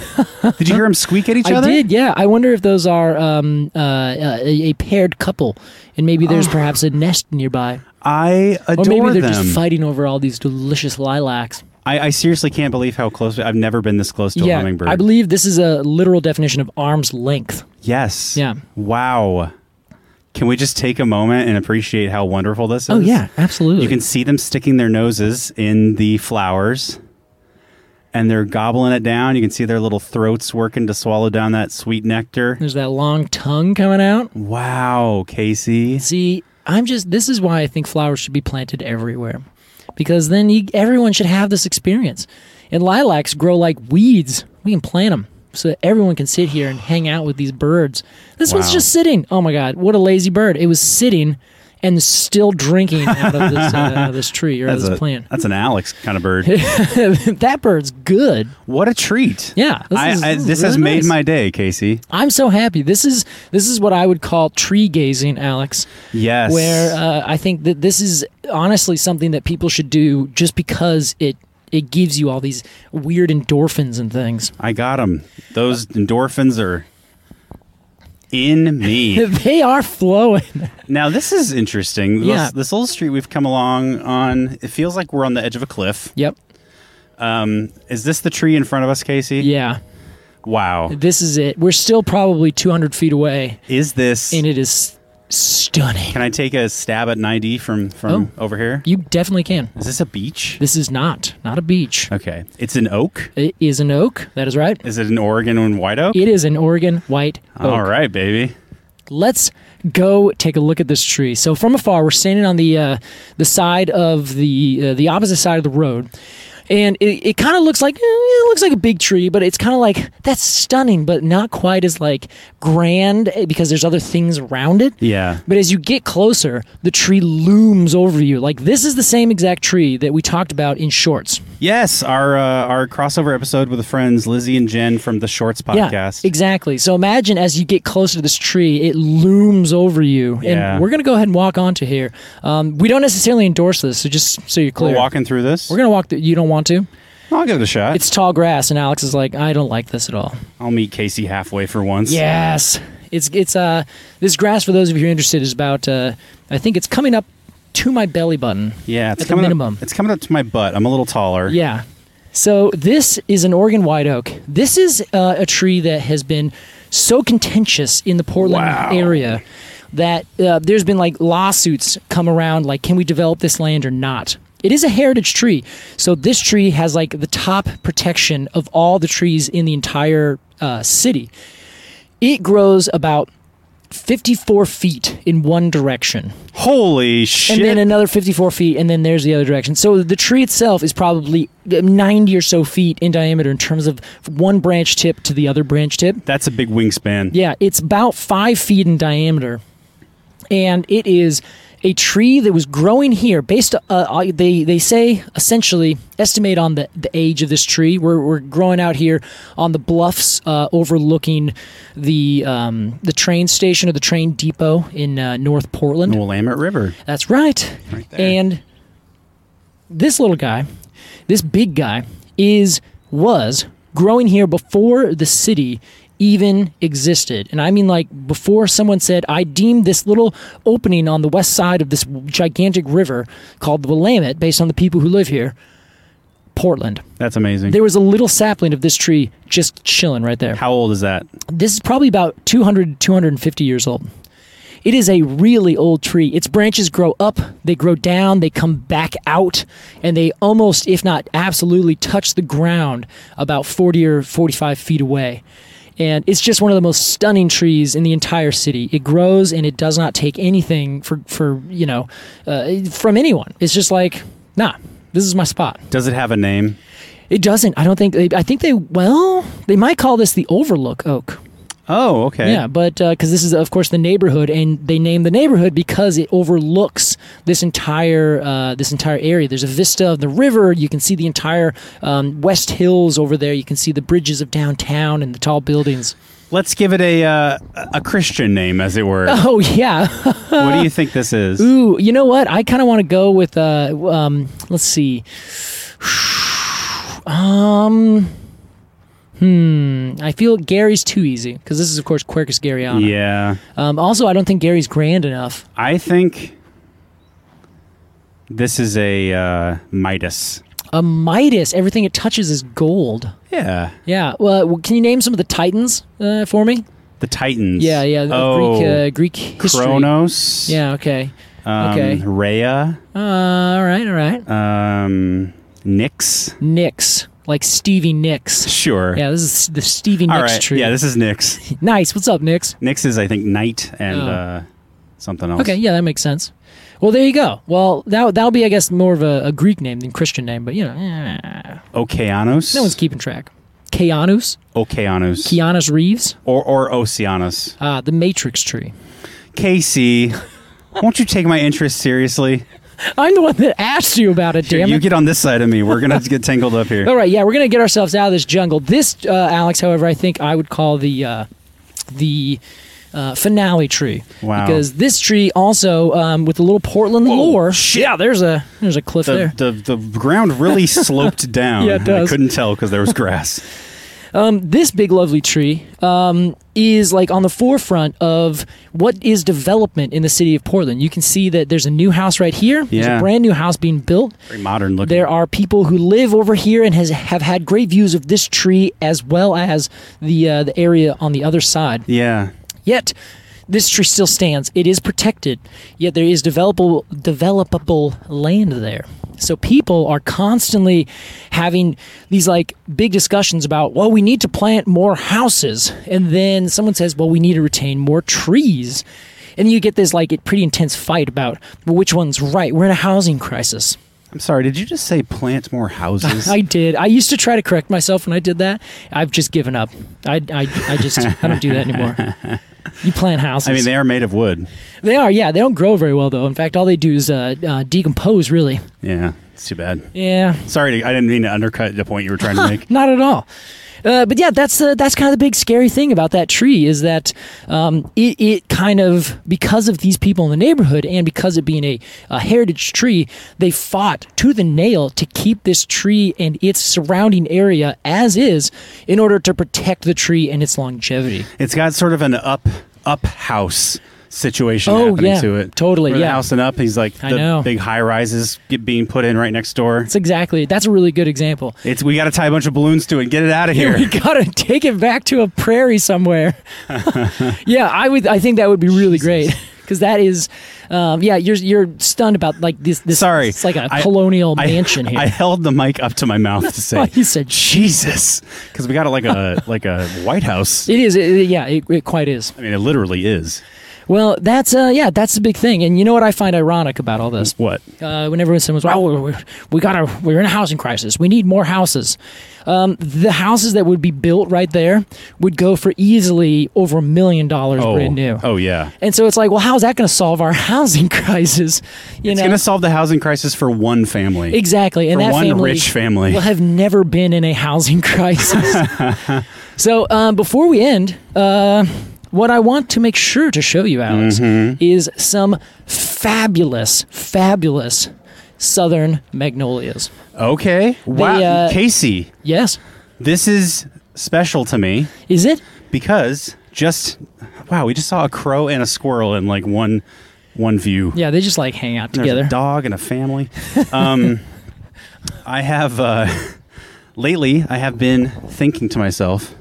Speaker 2: did you hear them squeak at each
Speaker 1: I
Speaker 2: other?
Speaker 1: did, yeah. I wonder if those are um, uh, uh, a, a paired couple, and maybe there's perhaps a nest nearby,
Speaker 2: I
Speaker 1: or
Speaker 2: Oh. adore
Speaker 1: maybe they're
Speaker 2: them.
Speaker 1: just fighting over all these delicious lilacs.
Speaker 2: I, I seriously can't believe how close. I've never been this close to a
Speaker 1: yeah,
Speaker 2: hummingbird.
Speaker 1: I believe this is a literal definition of arm's length.
Speaker 2: Yes.
Speaker 1: Yeah.
Speaker 2: Wow. Can we just take a moment and appreciate how wonderful this is?
Speaker 1: Oh yeah, absolutely.
Speaker 2: You can see them sticking their noses in the flowers and they're gobbling it down. You can see their little throats working to swallow down that sweet nectar.
Speaker 1: there's that long tongue coming out.
Speaker 2: Wow, Casey.
Speaker 1: See, I'm just. This is why I think flowers should be planted everywhere, because then you, everyone should have this experience. And lilacs grow like weeds. We can plant them so that everyone can sit here and hang out with these birds. This one's
Speaker 2: Wow.
Speaker 1: just sitting. Oh my God, what a lazy bird! It was sitting and still drinking out of this, uh, out of this tree or this
Speaker 2: a,
Speaker 1: plant.
Speaker 2: that's an Alex kind of bird.
Speaker 1: that bird's good.
Speaker 2: what a treat.
Speaker 1: Yeah, this
Speaker 2: I,
Speaker 1: is-
Speaker 2: I,
Speaker 1: this
Speaker 2: this
Speaker 1: is
Speaker 2: has
Speaker 1: really
Speaker 2: made
Speaker 1: nice.
Speaker 2: my day, Casey.
Speaker 1: I'm so happy. This is this is what I would call tree gazing, Alex.
Speaker 2: Yes.
Speaker 1: Where uh, I think that this is honestly something that people should do just because it it gives you all these weird endorphins and things.
Speaker 2: I got them. Those endorphins are in me.
Speaker 1: They are flowing.
Speaker 2: now this is interesting. This-
Speaker 1: Yeah.
Speaker 2: This, little street we've come along on. It feels like we're on the edge of a cliff.
Speaker 1: Yep.
Speaker 2: Is this the tree in front of us, Casey?
Speaker 1: Yeah.
Speaker 2: Wow.
Speaker 1: This is it. We're still probably 200 feet away,
Speaker 2: Is this?
Speaker 1: and it is stunning.
Speaker 2: Can I take a stab at an ID from from
Speaker 1: Oh.
Speaker 2: over here?
Speaker 1: You definitely can.
Speaker 2: Is this a beach?
Speaker 1: This is not not a beach.
Speaker 2: Okay. It's an oak.
Speaker 1: It is an oak. That is right.
Speaker 2: Is it an Oregon and white oak?
Speaker 1: It is an Oregon white oak.
Speaker 2: All right, baby.
Speaker 1: Let's go take a look at this tree. So from afar, we're standing on the uh, the side of the uh, the opposite side of the road, and it, it kind of looks like eh, it looks like a big tree, but it's kind of like that's stunning, but not quite as like grand eh, because there's other things around it.
Speaker 2: Yeah.
Speaker 1: But as you get closer, the tree looms over you. Like this is the same exact tree that we talked about in shorts.
Speaker 2: Yes, our uh, our crossover episode with the friends Lizzie and Jen from the Shorts podcast.
Speaker 1: Yeah, exactly. So imagine as you get closer to this tree, it looms over you.
Speaker 2: Yeah.
Speaker 1: And we're going to go ahead and walk onto here. Um, we don't necessarily endorse this, so just so you're clear.
Speaker 2: We're walking through this.
Speaker 1: We're going to walk. Th- you don't want to?
Speaker 2: I'll give it a shot.
Speaker 1: It's tall grass, and Alex is like, I don't like this at all.
Speaker 2: I'll meet Casey halfway for once.
Speaker 1: Yes. It's, it's, uh, this grass, for those of you who are interested, is about, uh, I think it's coming up to my belly button.
Speaker 2: Yeah, it's
Speaker 1: At the
Speaker 2: coming
Speaker 1: minimum.
Speaker 2: Up, it's coming up to my butt. I'm a little taller.
Speaker 1: Yeah. So this is an Oregon white oak. This is uh, a tree that has been so contentious in the Portland
Speaker 2: Wow.
Speaker 1: area that uh, there's been like lawsuits come around like can we develop this land or not? It is a heritage tree. So this tree has like the top protection of all the trees in the entire uh, city. It grows about 54 feet in one direction
Speaker 2: Holy shit.
Speaker 1: and then another 54 feet and then there's the other direction so the tree itself is probably 90 or so feet in diameter in terms of one branch tip to the other branch tip
Speaker 2: That's a big wingspan.
Speaker 1: yeah it's about five feet in diameter and it is a tree that was growing here based uh, uh, they they say essentially estimate on the, the age of this tree we're, we're growing out here on the bluffs uh, overlooking the um, the train station or the train depot in uh, north portland
Speaker 2: The Willamette River.
Speaker 1: that's right. Right
Speaker 2: there.
Speaker 1: And this little guy, this big guy, is was growing here before the city even existed. And I mean like before someone said, I deem this little opening on the west side of this gigantic river called the Willamette, based on the people who live here, Portland.
Speaker 2: That's amazing.
Speaker 1: There was a little sapling of this tree just chilling right there
Speaker 2: How old is that?
Speaker 1: this is probably about 200 250 years old it is a really old tree its branches grow up they grow down they come back out and they almost if not absolutely touch the ground about 40 or 45 feet away and it's just one of the most stunning trees in the entire city it grows and it does not take anything for for you know uh, from anyone it's just like nah this is my spot
Speaker 2: Does it have a name?
Speaker 1: it doesn't i don't think i think they well they might call this the overlook oak
Speaker 2: Oh, okay.
Speaker 1: yeah, but because this is, of course, the neighborhood, and they name the neighborhood because it overlooks this entire uh, this entire area. There's a vista of the river. You can see the entire um, West Hills over there. You can see the bridges of downtown and the tall buildings.
Speaker 2: Let's give it a uh, a Christian name, as it were.
Speaker 1: Oh yeah.
Speaker 2: what do you think this is?
Speaker 1: Ooh, you know what? I kind of want to go with. Uh, um, let's see. Um. Hmm. I feel Gary's too easy because this is, of course, Quercus Garyana.
Speaker 2: Yeah.
Speaker 1: Um, also, I don't think Gary's grand enough.
Speaker 2: I think this is a uh, Midas.
Speaker 1: A Midas, everything it touches is gold.
Speaker 2: Yeah.
Speaker 1: Yeah. Well, well, can you name some of the titans uh, for me?
Speaker 2: The Titans.
Speaker 1: Yeah, yeah. the
Speaker 2: Oh,
Speaker 1: Greek, uh, Greek history.
Speaker 2: Kronos.
Speaker 1: Yeah. Okay.
Speaker 2: Um,
Speaker 1: okay.
Speaker 2: Rhea.
Speaker 1: Uh, all right. All right.
Speaker 2: Um, Nyx.
Speaker 1: Nicks, like Stevie Nicks.
Speaker 2: Sure.
Speaker 1: Yeah, this is the Stevie
Speaker 2: All
Speaker 1: Nicks
Speaker 2: right.
Speaker 1: tree.
Speaker 2: Yeah, this is Nyx.
Speaker 1: nice. What's up, Nicks?
Speaker 2: Nyx is, I think, Knight and
Speaker 1: Oh.
Speaker 2: uh, something else.
Speaker 1: Okay. Yeah, that makes sense. Well, there you go. Well, that that'll be, I guess, more of a, a Greek name than Christian name, but you know, eh,
Speaker 2: Okeanos.
Speaker 1: no one's keeping track. Keanu's,
Speaker 2: Okeanos.
Speaker 1: Keanus Reeves,
Speaker 2: or, or Oceanus.
Speaker 1: uh, the Matrix tree.
Speaker 2: Casey. Won't you take my interest seriously?
Speaker 1: I'm the one that asked you about it,
Speaker 2: Here,
Speaker 1: damn
Speaker 2: you
Speaker 1: it. Oh,
Speaker 2: get on this side of me. We're gonna get tangled up here.
Speaker 1: All right, yeah, we're gonna get ourselves out of this jungle. This, uh, Alex, however, I think I would call the uh, the uh, finale tree.
Speaker 2: Wow.
Speaker 1: Because this tree also, um, with the little Portland lore, yeah, there's a there's a cliff there.
Speaker 2: The, the the ground really sloped down.
Speaker 1: Yeah, it does.
Speaker 2: I couldn't tell because there was grass.
Speaker 1: this big lovely tree um, is like on the forefront of what is development in the city of Portland. You can see that there's a new house right here. There's
Speaker 2: Yeah.
Speaker 1: a brand new house being built.
Speaker 2: Very modern looking.
Speaker 1: There are people who live over here and has have had great views of this tree as well as the uh, the area on the other side.
Speaker 2: Yeah.
Speaker 1: Yet this tree still stands. It is protected. Yet there is developable developable land there. So people are constantly having these like big discussions about, well, we need to plant more houses. And then someone says, well, we need to retain more trees. And you get this like pretty intense fight about well, which one's right. We're in a housing crisis.
Speaker 2: I'm sorry. Did you just say plant more houses?
Speaker 1: I did. I used to try to correct myself when I did that. I've just given up. I, I, I just I don't do that anymore. You plant houses.
Speaker 2: I mean, they are made of wood.
Speaker 1: They are, yeah. They don't grow very well, though. In fact, all they do is uh, uh, decompose, really.
Speaker 2: Yeah. It's too bad.
Speaker 1: Yeah,
Speaker 2: Sorry, I didn't mean to undercut the point you were trying to make.
Speaker 1: not at all. Uh, but yeah, that's uh, that's kind of the big scary thing about that tree is that um, it, it kind of because of these people in the neighborhood and because it being a, a heritage tree, they fought to the nail to keep this tree and its surrounding area as is in order to protect the tree and its longevity.
Speaker 2: It's got sort of an up up house situation
Speaker 1: Oh,
Speaker 2: happening
Speaker 1: yeah,
Speaker 2: to it.
Speaker 1: totally,
Speaker 2: Where the
Speaker 1: yeah.
Speaker 2: house and up. He's like the
Speaker 1: I know.
Speaker 2: big high rises get being put in right next door.
Speaker 1: That's exactly. That's a really good example.
Speaker 2: It's we got to tie a bunch of balloons to it. and Get it out of here.
Speaker 1: We gotta take it back to a prairie somewhere. yeah, I would. I think that would be really great because that is, um, yeah, you're you're stunned about like this. this
Speaker 2: Sorry,
Speaker 1: it's like a
Speaker 2: I-
Speaker 1: colonial
Speaker 2: I-
Speaker 1: mansion here.
Speaker 2: I held the mic up to my mouth to say.
Speaker 1: You said,
Speaker 2: Jesus, because we got it like a like a White House.
Speaker 1: it is. It, yeah, it, it quite is.
Speaker 2: I mean, it literally is.
Speaker 1: Well, that's uh, yeah, that's the big thing. And you know what I find ironic about all this?
Speaker 2: What?
Speaker 1: uh, whenever someone's well, we're, we're, we got to we're in a housing crisis. We need more houses. Um, the houses that would be built right there would go for easily over a million dollars
Speaker 2: Oh,
Speaker 1: brand new.
Speaker 2: oh yeah.
Speaker 1: And so it's like, well, how's that going to solve our housing crisis? You
Speaker 2: It's
Speaker 1: know,
Speaker 2: going to solve the housing crisis for one family.
Speaker 1: exactly. And
Speaker 2: for
Speaker 1: that
Speaker 2: one
Speaker 1: family
Speaker 2: rich family.
Speaker 1: will have never been in a housing crisis. so um, before we end, uh, what I want to make sure to show you, Alex,
Speaker 2: Mm-hmm.
Speaker 1: is some fabulous, fabulous southern magnolias.
Speaker 2: Okay. Wow.
Speaker 1: uh,
Speaker 2: Casey,
Speaker 1: Yes,
Speaker 2: this is special to me
Speaker 1: is it?
Speaker 2: because just wow, we just saw a crow and a squirrel in like one one view.
Speaker 1: Yeah, they just like hang out
Speaker 2: There's
Speaker 1: together.
Speaker 2: a dog and a family. Um, I have uh, lately. I have been thinking to myself,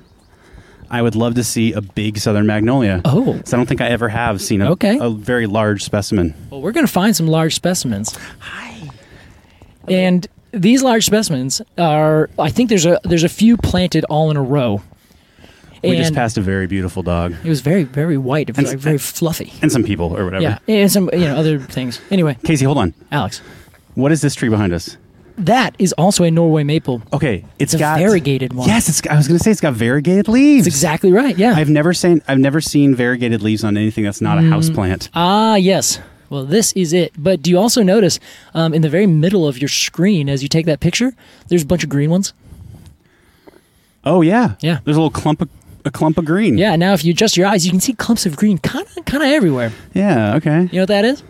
Speaker 2: I would love to see a big southern magnolia.
Speaker 1: Oh.
Speaker 2: 'Cause I don't think I ever have seen a,
Speaker 1: Okay.
Speaker 2: a very large specimen.
Speaker 1: Well, we're going to find some large specimens. Hi. And these large specimens are, I think there's a there's a few planted all in a row.
Speaker 2: We just
Speaker 1: And
Speaker 2: passed a very beautiful dog
Speaker 1: It was very very white, very,
Speaker 2: And-
Speaker 1: very fluffy.
Speaker 2: and some people or whatever.
Speaker 1: Yeah, and some you know other things. Anyway,
Speaker 2: Casey, hold on.
Speaker 1: Alex,
Speaker 2: What is this tree behind us?
Speaker 1: that is also a Norway maple.
Speaker 2: Okay,
Speaker 1: It's a
Speaker 2: got
Speaker 1: variegated one.
Speaker 2: Yes, it's, I was going to say it's got variegated leaves.
Speaker 1: That's exactly right. Yeah.
Speaker 2: I've never seen I've never seen variegated leaves on anything that's not a house plant.
Speaker 1: ah, yes. Well, this is it. But do you also notice um, in the very middle of your screen as you take that picture, there's a bunch of green ones?
Speaker 2: Oh yeah,
Speaker 1: Yeah.
Speaker 2: There's a little clump of, a clump of green.
Speaker 1: Yeah. Now, if you adjust your eyes, you can see clumps of green kind of kind of everywhere.
Speaker 2: yeah. Okay.
Speaker 1: You know what that is?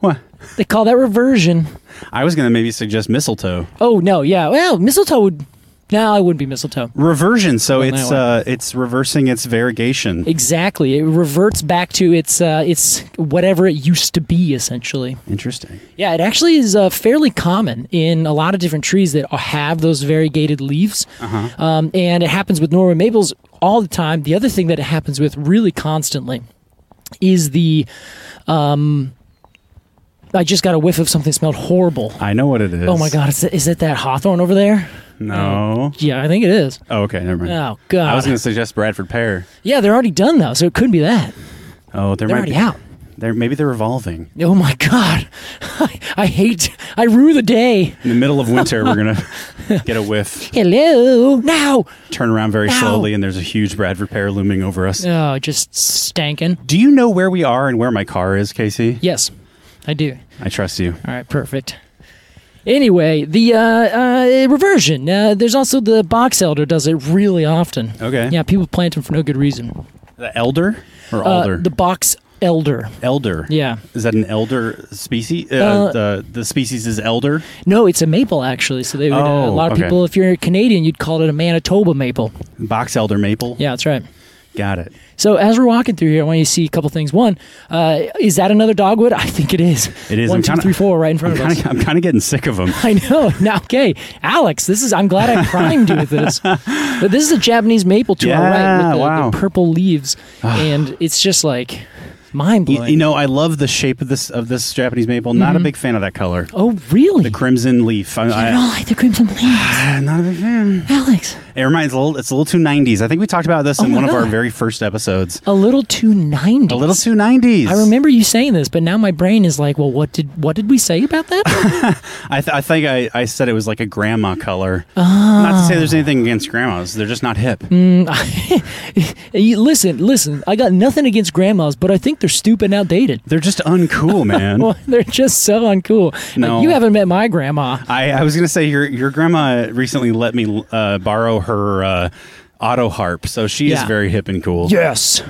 Speaker 2: What?
Speaker 1: They call that reversion.
Speaker 2: I was going to maybe suggest mistletoe
Speaker 1: Oh no, yeah. Well, mistletoe would. No, it wouldn't be mistletoe.
Speaker 2: reversion. So
Speaker 1: Going
Speaker 2: it's
Speaker 1: that way.
Speaker 2: uh, it's reversing its variegation.
Speaker 1: Exactly. It reverts back to its uh, its whatever it used to be, essentially.
Speaker 2: Interesting.
Speaker 1: Yeah, it actually is uh, fairly common in a lot of different trees that have those variegated leaves, um, and it happens with Norway maples all the time. The other thing that it happens with really constantly is the. Um, I just got a whiff of something that smelled horrible.
Speaker 2: I know what it is.
Speaker 1: Oh my god, is it, is it that hawthorn over there?
Speaker 2: No.
Speaker 1: Yeah, I think it is.
Speaker 2: Oh okay. Never mind.
Speaker 1: Oh, God.
Speaker 2: I was going to suggest Bradford pear.
Speaker 1: Yeah, they're already done though, so it couldn't be that.
Speaker 2: Oh, there
Speaker 1: They're
Speaker 2: might
Speaker 1: already
Speaker 2: be.
Speaker 1: out.
Speaker 2: They're, maybe they're evolving.
Speaker 1: Oh my god, I, I hate. I rue the day.
Speaker 2: In the middle of winter, we're going to get a whiff,
Speaker 1: Hello. Now.
Speaker 2: turn around very
Speaker 1: Ow.
Speaker 2: slowly, and there's a huge Bradford pear looming over us.
Speaker 1: Oh, just stankin'.
Speaker 2: Do you know where we are and where my car is, Casey?
Speaker 1: Yes, I do.
Speaker 2: I trust you.
Speaker 1: All right, perfect. Anyway, the uh, uh, reversion. Uh, there's also the box elder does it really often.
Speaker 2: Okay.
Speaker 1: Yeah, people plant them for no good reason.
Speaker 2: The elder or
Speaker 1: Uh,
Speaker 2: alder?
Speaker 1: the box elder.
Speaker 2: elder.
Speaker 1: Yeah.
Speaker 2: Is that an elder species? Uh,
Speaker 1: Uh,
Speaker 2: the the species is elder.
Speaker 1: No, it's a maple actually. So they would, uh, a
Speaker 2: Oh,
Speaker 1: lot of
Speaker 2: okay.
Speaker 1: people, if you're Canadian, you'd call it a Manitoba maple.
Speaker 2: Box elder maple.
Speaker 1: Yeah, that's right.
Speaker 2: Got it.
Speaker 1: So as we're walking through here, I want you to see a couple things. One, uh, is that another dogwood? I think it is.
Speaker 2: It is.
Speaker 1: One,
Speaker 2: I'm
Speaker 1: two,
Speaker 2: kinda-
Speaker 1: three, four, right in front
Speaker 2: I'm
Speaker 1: of us.
Speaker 2: kinda, I'm kind of getting sick of them.
Speaker 1: I know. Now, okay, Alex, this is. I'm glad I primed you with this. But this is a Japanese maple to our right with
Speaker 2: Yeah,
Speaker 1: the, the
Speaker 2: wow.
Speaker 1: purple leaves, and it's just like mind
Speaker 2: You,
Speaker 1: blowing.
Speaker 2: you know, I love the shape of this of this Japanese maple. Not a big fan of that color.
Speaker 1: Mm-hmm. oh, really?
Speaker 2: The crimson leaf. I,
Speaker 1: I don't
Speaker 2: I,
Speaker 1: like the crimson leaves,
Speaker 2: I'm not a big fan.
Speaker 1: Alex.
Speaker 2: It reminds a little. It's a little too 90s. I think we talked about this in
Speaker 1: Oh my
Speaker 2: one of our
Speaker 1: God.
Speaker 2: very first episodes.
Speaker 1: A little too ninety.
Speaker 2: A little too 90s.
Speaker 1: I remember you saying this, but now my brain is like, well, what did what did we say about that?
Speaker 2: I, th- I think I, I said it was like a grandma color.
Speaker 1: Ah.
Speaker 2: Not to say there's anything against grandmas. They're just not hip.
Speaker 1: You- listen, listen. I got nothing against grandmas, but I think they're stupid and outdated.
Speaker 2: They're just uncool, man.
Speaker 1: Well, they're just so uncool. Like,
Speaker 2: No.
Speaker 1: you haven't met my grandma.
Speaker 2: I, I was gonna say your your grandma recently let me uh, borrow her uh, auto harp, so she
Speaker 1: Yeah.
Speaker 2: is very hip and cool.
Speaker 1: Yes.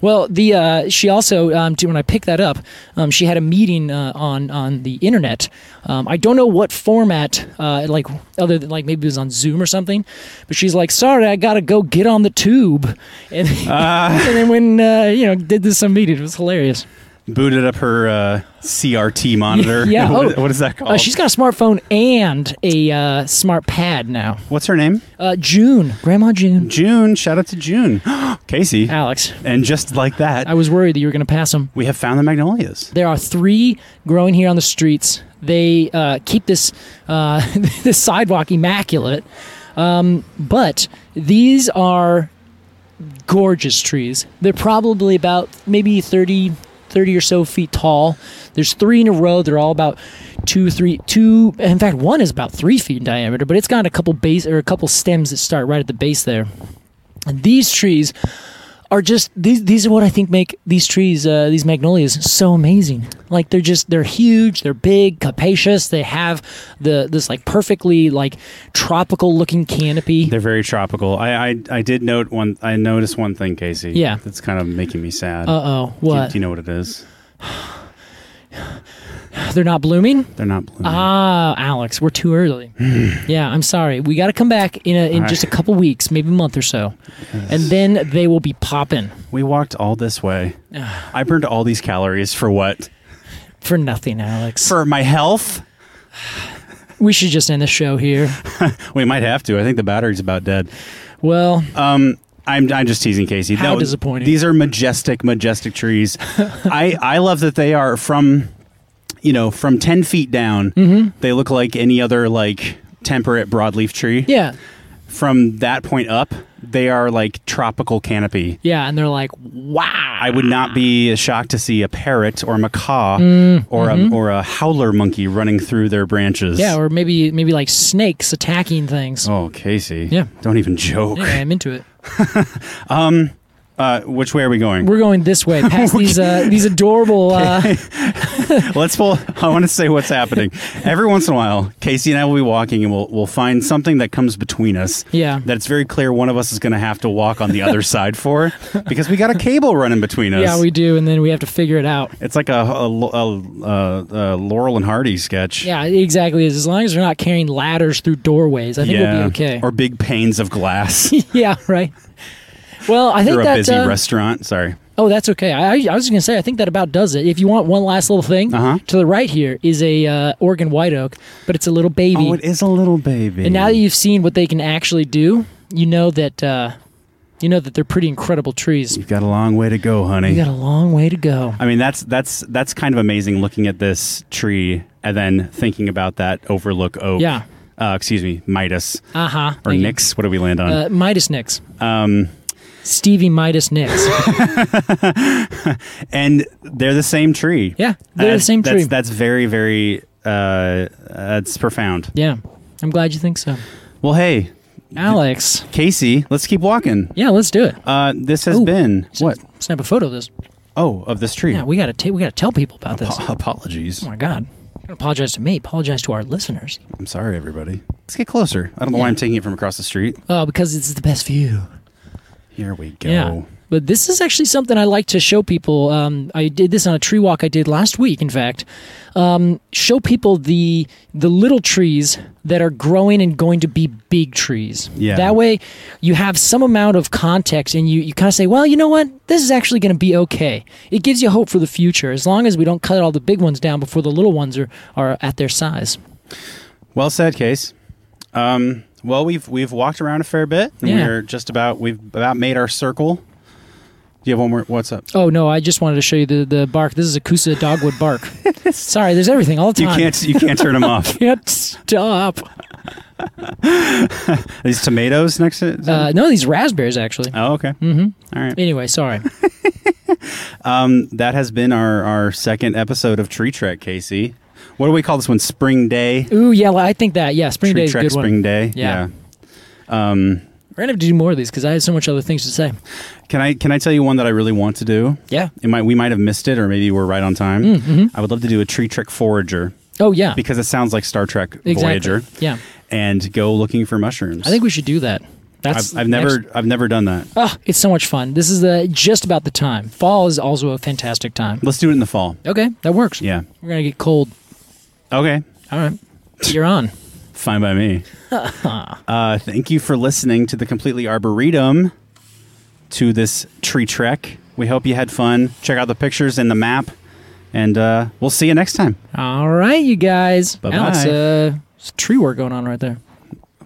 Speaker 1: Well, the uh, she also um, too, when I picked that up, um, she had a meeting uh, on on the internet. Um, I don't know what format, uh, like other than like maybe it was on Zoom or something. But she's like, "Sorry, I gotta go get on the tube," and, and then when uh, you know did this some meeting, it was hilarious.
Speaker 2: Booted up her uh, CRT monitor.
Speaker 1: Yeah.
Speaker 2: What
Speaker 1: Oh.
Speaker 2: is- what is that called?
Speaker 1: Uh, she's got a smartphone and a uh, smart pad now.
Speaker 2: What's her name?
Speaker 1: Uh, June, Grandma June,
Speaker 2: June. Shout out to June, Casey.
Speaker 1: Alex.
Speaker 2: And just like that,
Speaker 1: I was worried that you were gonna pass them.
Speaker 2: we have found the magnolias.
Speaker 1: There are three growing here on the streets. They uh, keep this uh, this sidewalk immaculate, um, but these are gorgeous trees. They're probably about maybe 30, 30 or so feet tall. There's three in a row. They're all about two, three, two. In fact, one is about three feet in diameter, but it's got a couple base or a couple stems that start right at the base there. And these trees are just these. These are what I think make these trees, uh, these magnolias, so amazing. Like they're just they're huge, they're big, capacious. They have the this like perfectly like tropical looking canopy.
Speaker 2: They're very tropical. I, I I did note one. I noticed one thing, Casey.
Speaker 1: Yeah.
Speaker 2: That's kind of making me sad.
Speaker 1: uh oh,
Speaker 2: Do you-
Speaker 1: what?
Speaker 2: Do you know what it is?
Speaker 1: They're not blooming.
Speaker 2: They're not blooming.
Speaker 1: Ah, Alex, we're too early. yeah, I'm sorry. We got to come back in a, in
Speaker 2: Hmm. All
Speaker 1: just a
Speaker 2: right.
Speaker 1: couple weeks, maybe a month or so, and then they will be popping
Speaker 2: we walked all this way. I burned all these calories for what?
Speaker 1: for nothing, Alex.
Speaker 2: For my health.
Speaker 1: we should just end the show here.
Speaker 2: We might have to. I think the battery's about dead. Um,
Speaker 1: Well,
Speaker 2: Uh, I'm, I'm just teasing Casey.
Speaker 1: How disappointing.
Speaker 2: These are majestic, majestic trees. I, I love that they are from, you know, from 10 feet down.
Speaker 1: Mm-hmm.
Speaker 2: They look like any other, like, temperate broadleaf tree.
Speaker 1: yeah,
Speaker 2: From that point up, they are like tropical canopy.
Speaker 1: yeah, and they're like, wow.
Speaker 2: I would not be shocked to see a parrot or macaw
Speaker 1: Mm,
Speaker 2: or, a, or a howler monkey running through their branches.
Speaker 1: mm-hmm. yeah, or maybe maybe like snakes attacking things.
Speaker 2: oh, Casey.
Speaker 1: Yeah.
Speaker 2: Don't even joke.
Speaker 1: Anyway, I'm into it.
Speaker 2: Uh, which way are we going?
Speaker 1: We're going this way, past these uh, these adorable. Uh,
Speaker 2: Let's pull. I want to say what's happening. Every once in a while, Casey and I will be walking, and we'll we'll find something that comes between us.
Speaker 1: Yeah.
Speaker 2: that it's very clear one of us is going to have to walk on the other side for, because we got a cable running between us.
Speaker 1: yeah, we do, and then we have to figure it out.
Speaker 2: It's like a, a, a, a, a Laurel and Hardy sketch.
Speaker 1: Yeah, it exactly. Is as long as we're not carrying ladders through doorways, I think we'll be okay.
Speaker 2: Or big panes of glass.
Speaker 1: yeah, right. Well, I think
Speaker 2: You're a
Speaker 1: that.
Speaker 2: busy
Speaker 1: Uh,
Speaker 2: restaurant. Sorry.
Speaker 1: oh, that's okay. I, I was going to say, I think that about does it. If you want one last little thing,
Speaker 2: Uh-huh.
Speaker 1: to the right here is a uh, Oregon white oak, but it's a little baby.
Speaker 2: Oh, it is a little baby.
Speaker 1: and now that you've seen what they can actually do, you know that uh, you know that they're pretty incredible trees.
Speaker 2: you've got a long way to go, honey.
Speaker 1: We got a long way to go.
Speaker 2: I mean that's that's that's kind of amazing looking at this tree and then thinking about that overlook oak.
Speaker 1: Yeah.
Speaker 2: Uh, excuse me, Midas
Speaker 1: Uh huh.
Speaker 2: or Nix. What do we land on?
Speaker 1: Uh, Midas Nix.
Speaker 2: um,
Speaker 1: Stevie Midas Nix.
Speaker 2: and they're the same tree.
Speaker 1: Yeah, they're the
Speaker 2: That's-
Speaker 1: same
Speaker 2: that's-
Speaker 1: tree.
Speaker 2: That's very very. Uh, that's profound.
Speaker 1: yeah. I'm glad you think so.
Speaker 2: Well, hey,
Speaker 1: Alex.
Speaker 2: Casey, let's keep walking.
Speaker 1: Yeah, let's do it.
Speaker 2: Uh, this has
Speaker 1: Ooh.
Speaker 2: been
Speaker 1: Snap-
Speaker 2: what?
Speaker 1: Snap a photo of this.
Speaker 2: Oh, of this tree.
Speaker 1: Yeah, we gotta ta- we gotta tell people about this.
Speaker 2: Ap- apologies.
Speaker 1: Oh my god. Don't apologize to me. Apologize to our listeners.
Speaker 2: I'm sorry, everybody. Let's get closer. I don't know why I'm taking it from across the street.
Speaker 1: Oh, because it's the best view.
Speaker 2: Here we go.
Speaker 1: Yeah. But this is actually something I like to show people. Um, I did this on a tree walk I did last week, in fact. Um, show people the the little trees that are growing and going to be big trees.
Speaker 2: Yeah.
Speaker 1: That way you have some amount of context and you, you kind of say, well, you know what? This is actually going to be okay. It gives you hope for the future as long as we don't cut all the big ones down before the little ones are, are at their size.
Speaker 2: Well said, Case. Um, well, we've we've walked around a fair bit, and
Speaker 1: Yeah.
Speaker 2: we're just about we've about made our circle. Do you have one more? What's up?
Speaker 1: Oh, no, I just wanted to show you the, the bark. This is a Kusa dogwood bark. Sorry, there's everything all the
Speaker 2: You
Speaker 1: time.
Speaker 2: can't Um, you can't turn them off.
Speaker 1: can't stop.
Speaker 2: Are these tomatoes next to.
Speaker 1: Uh, no, these raspberries actually.
Speaker 2: oh, okay. Mm-hmm. right.
Speaker 1: Anyway, sorry.
Speaker 2: That has been our our second episode of Tree Trek, Casey. What do we call this one? Spring Day.
Speaker 1: Ooh, yeah, I think that. Yeah, spring day
Speaker 2: Tree
Speaker 1: is a
Speaker 2: Trek
Speaker 1: good one.
Speaker 2: Spring Day.
Speaker 1: Yeah.
Speaker 2: Yeah.
Speaker 1: We're gonna have to do more of these because I had so much other things to say.
Speaker 2: Can I can I tell you one that I really want to do?
Speaker 1: Yeah.
Speaker 2: It might we might have missed it, or maybe we're right on time.
Speaker 1: Mm, mm-hmm.
Speaker 2: I would love to do a Tree Trek Forager
Speaker 1: Oh yeah,
Speaker 2: because it sounds like Star Trek
Speaker 1: exactly.
Speaker 2: Voyager.
Speaker 1: Yeah,
Speaker 2: and go looking for mushrooms.
Speaker 1: I think we should do that. That's
Speaker 2: I've, I've never
Speaker 1: next-
Speaker 2: I've never done that.
Speaker 1: Oh, it's so much fun. This is the just about the time. Fall is also a fantastic time.
Speaker 2: Let's do it in the fall.
Speaker 1: Okay, that works.
Speaker 2: Yeah.
Speaker 1: we're gonna get cold.
Speaker 2: Okay.
Speaker 1: All right, you're on.
Speaker 2: Fine by me. uh, thank you for listening to the completely arboretum to this tree trek. We hope you had fun. Check out the pictures and the map, and uh, we'll see you next time.
Speaker 1: All right, you guys.
Speaker 2: Bye-bye.
Speaker 1: Alex, uh, there's tree work going on right there.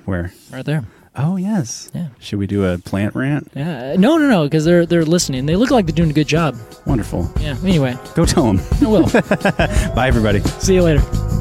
Speaker 2: Where?
Speaker 1: Right there.
Speaker 2: Oh yes.
Speaker 1: Yeah.
Speaker 2: Should we do a plant rant?
Speaker 1: Yeah. No, no, no, because they're they're listening. They look like they're doing a good job.
Speaker 2: Wonderful.
Speaker 1: Yeah. Anyway,
Speaker 2: Go tell them.
Speaker 1: I will.
Speaker 2: Bye everybody.
Speaker 1: See you later.